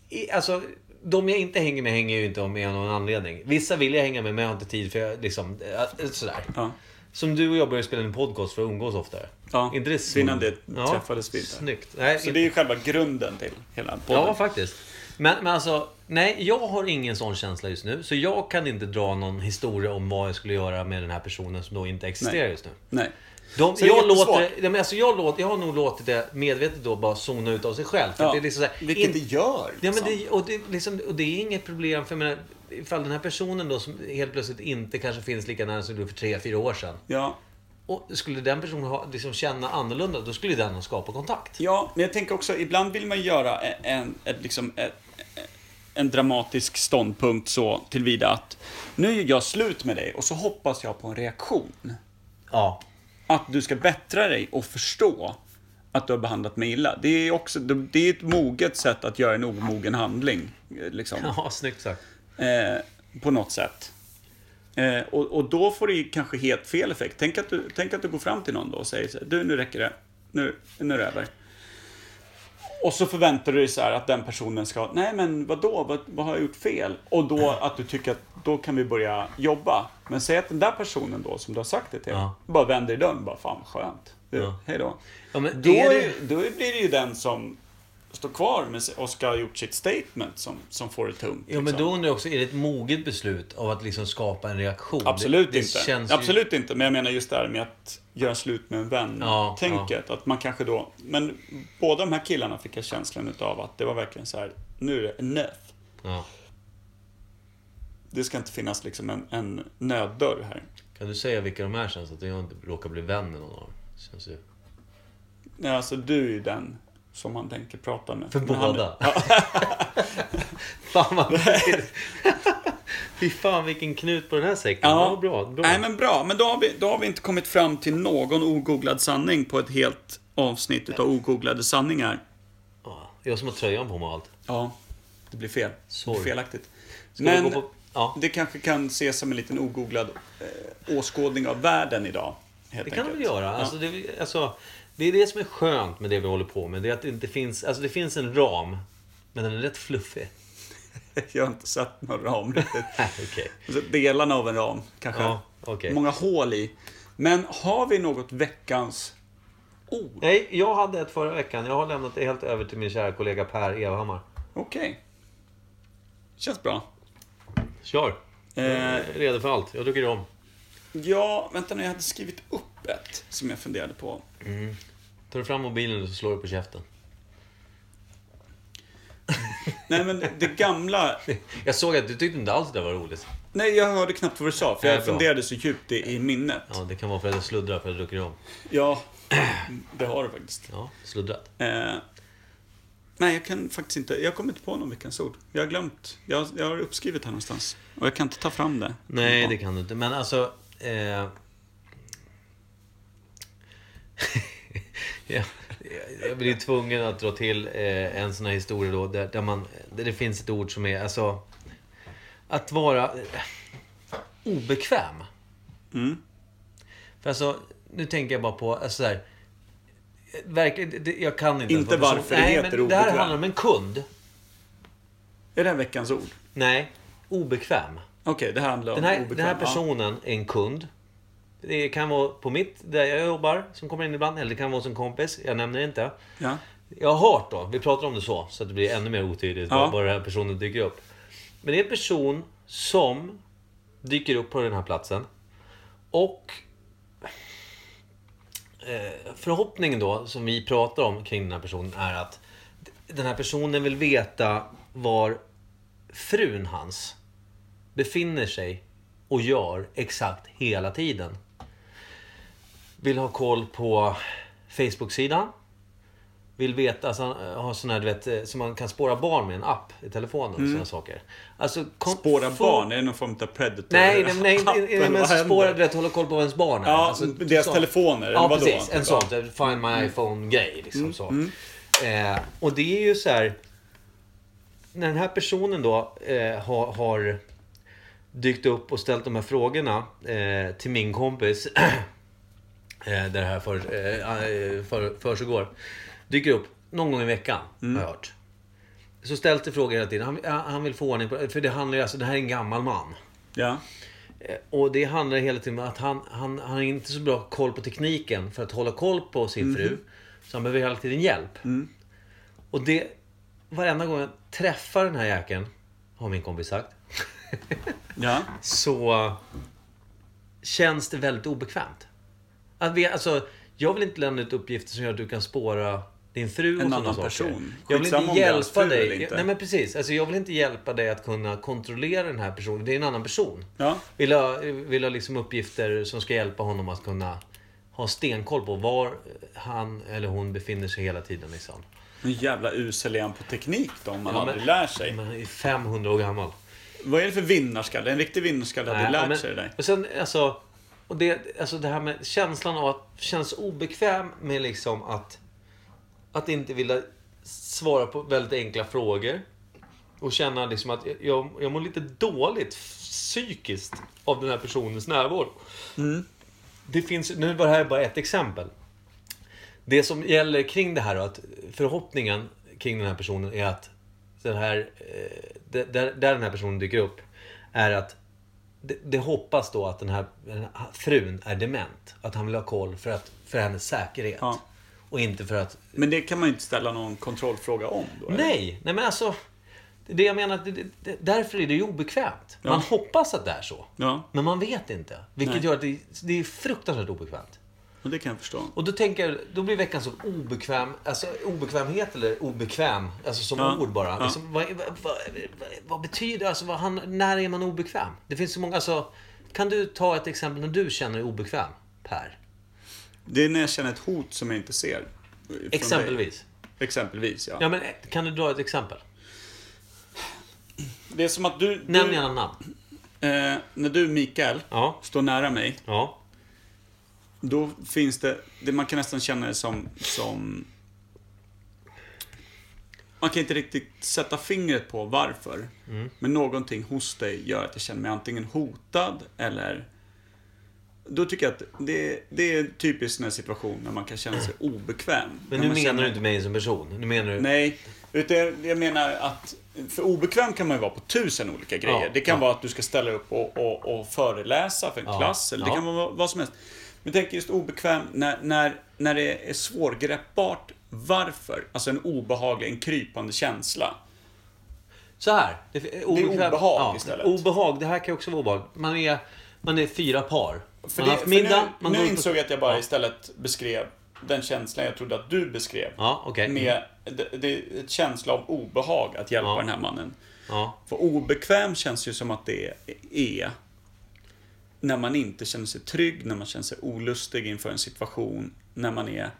S2: I, alltså de jag inte hänger med hänger jag ju inte om av någon anledning. Vissa vill jag hänga med, men jag har inte tid för jag, liksom, eh, sådär.
S1: ja.
S2: Som du och jag började spela en podcast för att umgås oftare.
S1: Ja,
S2: Inte det smooth?
S1: innan det träffades vi inte.
S2: Snyggt. Nej,
S1: Så det är ju själva grunden till hela podden.
S2: Ja, faktiskt. Men, men alltså, nej, jag har ingen sån känsla just nu. Så jag kan inte dra någon historia om vad jag skulle göra med den här personen som då inte existerar
S1: Nej.
S2: just nu.
S1: Nej.
S2: De,
S1: Så det är
S2: jag,
S1: jättesvårt.
S2: låter, nej, men alltså jag, låter, jag har nog låtit det medvetet då bara zona ut av sig själv. För att
S1: Ja,
S2: det är liksom så här,
S1: vilket
S2: in-
S1: det gör.
S2: Ja, men
S1: liksom.
S2: det, och, det, är liksom, och det är inget problem, för jag menar, ifall den här personen då som helt plötsligt inte kanske finns lika nära som du för tre fyra år sedan.
S1: Ja,
S2: Och skulle den personen ha, liksom känna annorlunda, då skulle den ha skapat kontakt.
S1: ja, men jag tänker också, ibland vill man göra en, en, ett, liksom ett, en dramatisk ståndpunkt så tillvida att nu gör jag slut med dig och så hoppas jag på en reaktion.
S2: Ja.
S1: Att du ska bättra dig och förstå att du har behandlat mig illa. Det är också det är ett moget sätt att göra en omogen handling. eh, Liksom.
S2: Ja, snyggt sagt.
S1: eh, på något sätt. Eh, och, och då får det ju kanske helt fel effekt. Tänk att, du, tänk att du går fram till någon då och säger så här, du nu räcker det. Nu, nu är det över. Och så förväntar du dig så här att den personen ska, nej men vadå, vad, vad har jag gjort fel? Och då att du tycker att då kan vi börja jobba. Men säg att den där personen då som du har sagt det till,
S2: Ja.
S1: bara vänder i dörren och bara, fan vad skönt. Du,
S2: Ja.
S1: Hej då.
S2: Ja, men
S1: Då,
S2: är
S1: är,
S2: det...
S1: då blir det ju den som står kvar med, sig- och ska ha gjort sitt statement som, som får det tungt.
S2: Ja, men
S1: liksom.
S2: då undrar jag också, är det ett moget beslut av att liksom skapa en reaktion?
S1: Absolut
S2: det, det
S1: inte.
S2: Känns ju-
S1: Absolut inte. Men jag menar just det här med att göra slut med en
S2: Ja,
S1: vän-tänket. Att man kanske då... Men båda de här killarna fick jag känslan utav att det var verkligen så här, nu är det enough.
S2: Ja.
S1: Det ska inte finnas liksom en, en nöddörr här.
S2: Kan du säga vilka de är sen, så att jag inte råkar bli vän med någon av dem? Känns ju...
S1: Nej, alltså du är ju den som han tänker prata med.
S2: För
S1: Men han-
S2: båda? fan vad... Fy fan vilken knut på den här säcken.
S1: Ja.
S2: Ja, bra. bra.
S1: Nej, men bra. Men då har, vi, då har vi inte kommit fram till någon ogooglad sanning på ett helt avsnitt utav ogooglade sanningar.
S2: Ja, Jag som har tröjan på mig och allt.
S1: Ja, det blir fel.
S2: Sorry.
S1: Det blir felaktigt.
S2: Ska
S1: men
S2: vi gå på... Ja,
S1: det kanske kan ses som en liten ogooglad eh, åskådning av världen idag. Helt
S2: det kan
S1: enkelt.
S2: vi göra. Alltså, det, alltså, det är det som är skönt med det vi håller på med. Det är att det inte finns... Alltså det finns en ram. Men den är rätt fluffig.
S1: Jag har inte sett någon ram riktigt.
S2: Äh, Okej.
S1: Alltså, delarna av en ram kanske.
S2: Ja, okej.
S1: Många hål i. Men har vi något veckans ord?
S2: Nej, jag hade ett förra veckan. Jag har lämnat det helt över till min kära kollega Per Evhammar.
S1: Okej. Känns bra.
S2: Kör!
S1: Eh,
S2: Jag är redo för allt. Jag tycker om.
S1: ja, vänta nu. Jag hade skrivit upp ett som jag funderade på.
S2: Tar du fram mobilen och så slår du på käften.
S1: Nej, men det gamla
S2: Jag såg att du tyckte inte alls det var roligt.
S1: Nej, jag hörde knappt vad du sa, för
S2: Nej,
S1: jag
S2: bra.
S1: funderade så djupt i, i minnet.
S2: Ja, det kan vara för att jag sluddrar för att jag druckit om.
S1: Ja, det har du faktiskt.
S2: Ja, sluddrat.
S1: Eh, nej, jag kan faktiskt inte. Jag kommer inte på någon veckans ord. Jag har glömt. Jag, jag har uppskrivit här någonstans. Och jag kan inte ta fram det.
S2: Nej,
S1: Ja.
S2: det kan du inte. Men alltså... Eh... ja, jag blir tvungen att dra till eh, en sån här historia då, där, där, man, där det finns ett ord som är... Alltså, att vara eh, obekväm.
S1: Mm.
S2: För alltså, nu tänker jag bara på... Alltså, så här, eh, verkligen, det, jag kan inte... ens
S1: Inte
S2: vara person-
S1: varför det
S2: Nej,
S1: heter
S2: men Det här
S1: obekväm.
S2: handlar om en kund.
S1: Är det här veckans ord?
S2: Nej, obekväm.
S1: Okej, det här handlar om
S2: Den här,
S1: obekväm-
S2: den här personen är en kund. Det kan vara på mitt, där jag jobbar, som kommer in ibland. Eller det kan vara hos en kompis. Jag nämner inte.
S1: Ja.
S2: Jag har hört då, vi pratar om det så, så att det blir ännu mer otydligt
S1: Ja.
S2: var var den här personen dyker upp. Men det är en person som dyker upp på den här platsen. Och eh, förhoppningen då, som vi pratar om kring den här personen, är att den här personen vill veta var frun hans befinner sig och gör exakt hela tiden. Vill ha koll på Facebook-sidan. Vill veta, alltså, han har sån här du vet, eh, som man kan spåra barn med en app i telefonen och sådana saker. Alltså, kon-
S1: Mm. Spåra
S2: få-
S1: barn, är det någon form av predator?
S2: Nej, nej, nej, nej, nej, nej men
S1: Vad händer?
S2: spåra, du vet, hålla koll på vad ens barn är.
S1: Ja,
S2: Alltså,
S1: deras
S2: sånt.
S1: telefoner, eller
S2: Ja,
S1: vadå? Mm,
S2: precis. En
S1: Typ,
S2: sån, typ, find my iPhone-grej. Liksom, så. Eh, och det är ju så här... När den här personen då eh, har, har dykt upp och ställt de här frågorna eh, till min kompis eh, där det här för, eh, för, för Dyker upp någon gång i veckan,
S1: Mm.
S2: har jag hört. Så ställs det frågor hela tiden. Han, han vill få ordning på... För det handlar ju alltså... Det här är en gammal man.
S1: Ja.
S2: Eh, Och det handlar hela tiden om att han, han, han har inte så bra koll på tekniken för att hålla koll på sin
S1: Mhm.
S2: fru. Så han behöver hela tiden hjälp.
S1: Mm.
S2: Och det... Varenda gång jag träffar den här jäkeln, har min kompis sagt,
S1: Ja.
S2: så känns det väldigt obekvämt. Att vi, alltså, jag vill inte lämna ut uppgifter som gör att du kan spåra din fru och
S1: En
S2: sådana
S1: annan
S2: saker.
S1: person.
S2: Jag vill
S1: Skitsamma
S2: inte
S1: om det är hans
S2: hjälpa
S1: fru eller
S2: dig.
S1: inte.
S2: Nej men precis. Alltså, jag vill inte hjälpa dig att kunna kontrollera den här personen. Det är en annan person.
S1: Ja.
S2: Vill ha, vill ha liksom uppgifter som ska hjälpa honom att kunna ha stenkoll på var han eller hon befinner sig hela tiden. Liksom.
S1: Nu jävla usel är han på teknik då, om man
S2: Ja, men-
S1: aldrig lär sig.
S2: Men han är 500 år gammal.
S1: Vad är det för vinnarskalle? En riktig vinnarskalle hade
S2: Nej,
S1: lärt
S2: ja, men-
S1: sig det där.
S2: Och sen, alltså, och det, alltså det här med känslan av att känns obekväm med liksom att, att inte vilja svara på väldigt enkla frågor. Och känna liksom att jag, jag mår lite dåligt psykiskt av den här personens närvaro. Det finns, nu var det här bara ett exempel. Det som gäller kring det här då, att förhoppningen kring den här personen är att den här, eh, d- där, där den här personen dyker upp är att det, det hoppas då att den här, den här frun är dement. Att han vill ha koll för, att, för hennes säkerhet.
S1: Ja.
S2: Och inte för att
S1: Men det kan man ju inte ställa någon kontrollfråga om. Då, eller?
S2: Nej, nej men alltså. Det är det jag menar, det, det- det, därför är det ju obekvämt. Man hoppas att det är så.
S1: Ja,
S2: Men man vet inte. Vilket
S1: Nej.
S2: gör att det, det är fruktansvärt obekvämt.
S1: och det kan jag förstå.
S2: Och då tänker jag, då blir veckan så obekväm, alltså obekvämhet eller obekväm, alltså som
S1: Ja.
S2: ord bara.
S1: Ja.
S2: Liksom, vad, vad, vad, vad betyder, alltså vad, han, när är man obekväm? Det finns så många, alltså. Kan du ta ett exempel när du känner dig obekväm, Per?
S1: Det är när jag känner ett hot som jag inte ser. eh, från dig.
S2: Exempelvis.
S1: Exempelvis, ja.
S2: Ja men kan du dra ett exempel?
S1: Det är som att du... du
S2: Nämn gärna namn.
S1: eh, när du, Mikael,
S2: Ja.
S1: står nära mig,
S2: Ja.
S1: då finns det... det man kan nästan känna det som, som... Man kan inte riktigt sätta fingret på varför.
S2: Mm.
S1: Men någonting hos dig gör att jag känner mig antingen hotad eller... Då tycker jag att det, det är typiskt en situation när man kan känna sig obekväm. När
S2: Men nu
S1: man
S2: menar
S1: känner-
S2: du inte mig som person. Nu menar du...
S1: Nej, utan jag- jag menar att för obekväm kan man ju vara på tusen olika grejer.
S2: Ja,
S1: det kan
S2: ja.
S1: vara att du ska ställa upp och, och, och föreläsa för en
S2: Ja,
S1: klass, eller det
S2: ja.
S1: kan vara vad som helst. Men tänk just obekväm när, när, när det är svårgreppbart varför. Alltså en obehaglig, en krypande känsla.
S2: Så här. Det, är obekväm-
S1: obehag istället.
S2: Obehag. Det här kan också vara obehag. Man är, man är fyra par.
S1: För det-
S2: man har haft
S1: för
S2: middag.
S1: nu
S2: man
S1: nu
S2: går ut på-
S1: insåg jag att jag bara
S2: Ja.
S1: istället beskrev den känslan jag trodde att du beskrev.
S2: Ja, okej.
S1: Med det, det är ett känsla av obehag att hjälpa
S2: Ja.
S1: den här mannen.
S2: Ja.
S1: För obekväm känns ju som att det är när man inte känner sig trygg, när man känner sig olustig inför en situation, när man är...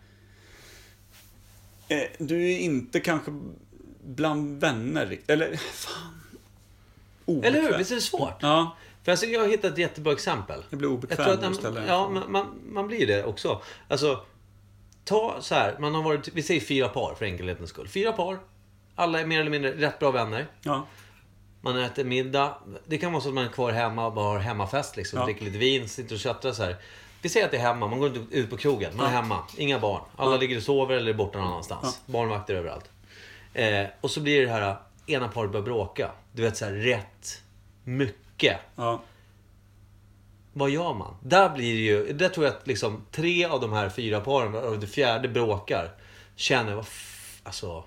S1: Eh, Du är inte kanske bland vänner rikt- eller fan... Obekväm.
S2: Eller hur? Visst är det svårt?
S1: Ja,
S2: För alltså, jag har hittat ett jättebra exempel.
S1: jag blir obekväm
S2: Jag tror att
S1: när du
S2: man,
S1: ställer den
S2: ja,
S1: frågan.
S2: man, man, man blir det också. Alltså, ta så här. Man har varit, vi säger fyra par för enkelhetens skull. Fyra par. Alla är mer eller mindre rätt bra vänner.
S1: Ja,
S2: Man äter middag. Det kan vara så att man är kvar hemma och bara har hemmafest. Liksom.
S1: Ja.
S2: Dricker lite vin, sitter och tjöttar så här. Vi säger att det är hemma, man går inte ut på krogen. Man är hemma, inga barn. Alla ligger och sover eller är borta någon annanstans. Barnvakter överallt. Eh, och så blir det här, eh, ena paret börjar bråka. Du vet så här, rätt mycket.
S1: ja,
S2: Vad gör man? Där blir det ju, där tror jag att liksom tre av de här fyra paren, och det fjärde bråkar. Känner, vad f- alltså.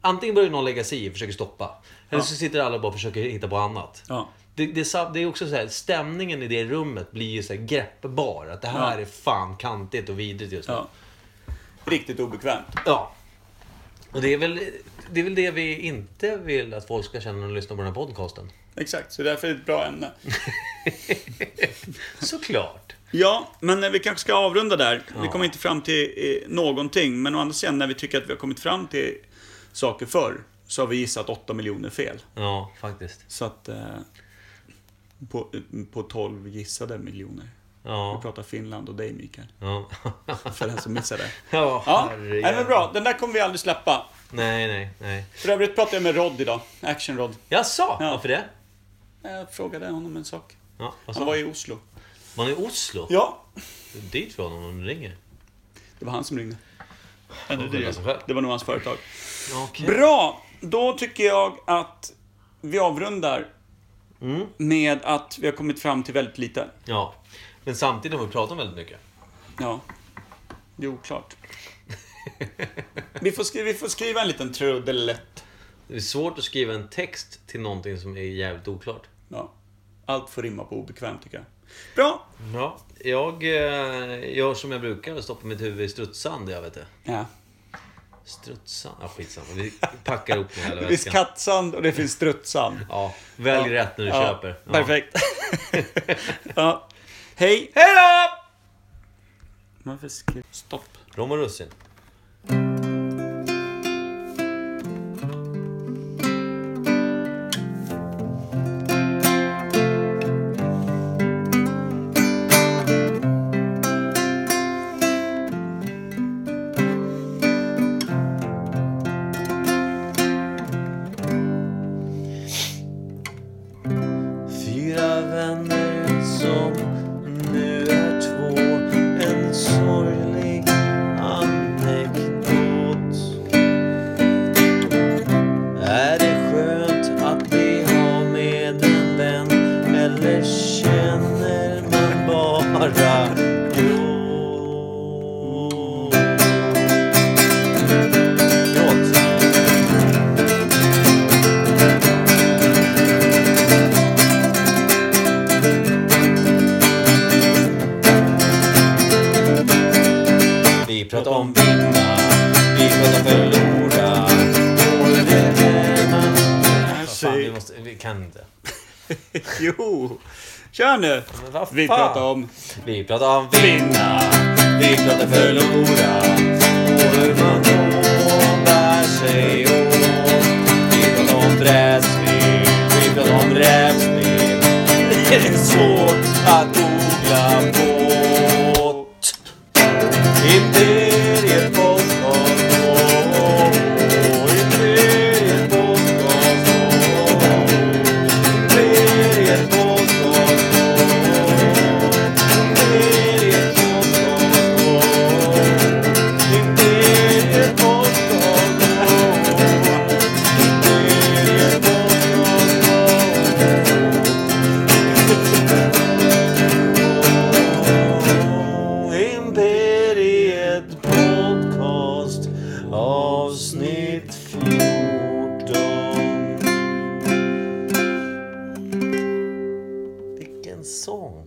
S2: Antingen börjar någon lägga sig i och försöker stoppa. Eller så sitter alla och bara försöker hitta på annat.
S1: ja.
S2: Det, det, är sam- det är också så här, stämningen i det rummet blir ju så här greppbar. Att det här
S1: Ja.
S2: är fan kantigt och vidrigt just nu. Ja.
S1: ja. Riktigt obekvämt.
S2: Och det är, väl, det är väl det vi inte vill att folk ska känna när de lyssnar på den här podcasten.
S1: Exakt, så därför är det ett bra ämne.
S2: Såklart.
S1: Ja, men eh, vi kanske ska avrunda där. Vi kommer inte fram till eh, någonting, men å andra sidan när vi tycker att vi har kommit fram till saker förr så har vi gissat 8 miljoner fel.
S2: Ja, faktiskt.
S1: Så att... Eh, på, eh, på 12 gissade miljoner. Vi
S2: Ja.
S1: pratar Finland och dig Mikael,
S2: Ja,
S1: för den som missade.
S2: ja,
S1: Ja,
S2: herrejävlar.
S1: nej, men bra. Den där kommer vi aldrig släppa.
S2: Nej, nej, nej.
S1: För övrigt pratade jag med Rod idag, Action-Rod.
S2: Jaså,
S1: Ja.
S2: varför det?
S1: Jag frågade honom en sak.
S2: Ja, vad sa
S1: Han var i Oslo.
S2: Man är i Oslo.
S1: Ja,
S2: Dit från om de ringer.
S1: det var han som ringde.
S2: det är som själv.
S1: Det var nog hans företag.
S2: Okej.
S1: Bra! Då tycker jag att vi avrundar med att vi har kommit fram till väldigt lite.
S2: Ja. Men samtidigt har vi pratat om väldigt mycket.
S1: Ja, det är oklart. vi, får skriva, vi får skriva en liten trudelutt.
S2: Det är svårt att skriva en text till någonting som är jävligt oklart.
S1: Ja. Allt får rimma på obekvämt tycker jag. Bra!
S2: Ja. Jag eh, gör som jag brukar och stoppar mitt huvud i strutsand, jag vet det.
S1: Ja.
S2: Strutsand? Ja, skitsamma. Vi packar ihop den här hela
S1: Det finns
S2: väskan.
S1: kattsand och det finns struttsand.
S2: Ja, välj
S1: Ja.
S2: rätt när du
S1: Ja,
S2: köper. Ja.
S1: Perfekt. ja. Hej!
S2: Hej då!
S1: Varför skri- Stopp.
S2: Rom och russin. Fyra vänner som nu är två En sorglig anekdot bara grå. Gråt. Vi pratar om vinna, vi pratar förlora. Håller det hemma? Fan, vi, måste, vi kan inte.
S1: Jo! Kör nu!
S2: Men vad
S1: Vi
S2: fan?
S1: pratar om
S2: Vi pratar om vinna, vi pratar förlora och hur man då bär sig åt. Vi pratar om brädspel, vi pratar om rävspel. Det är svårt att googla på. Imperiet Podcast. åh, åh, Imperiet Podcast. åh, Imperiet Podcast. Imperiet Podcast avsnitt 14. Vilken sång!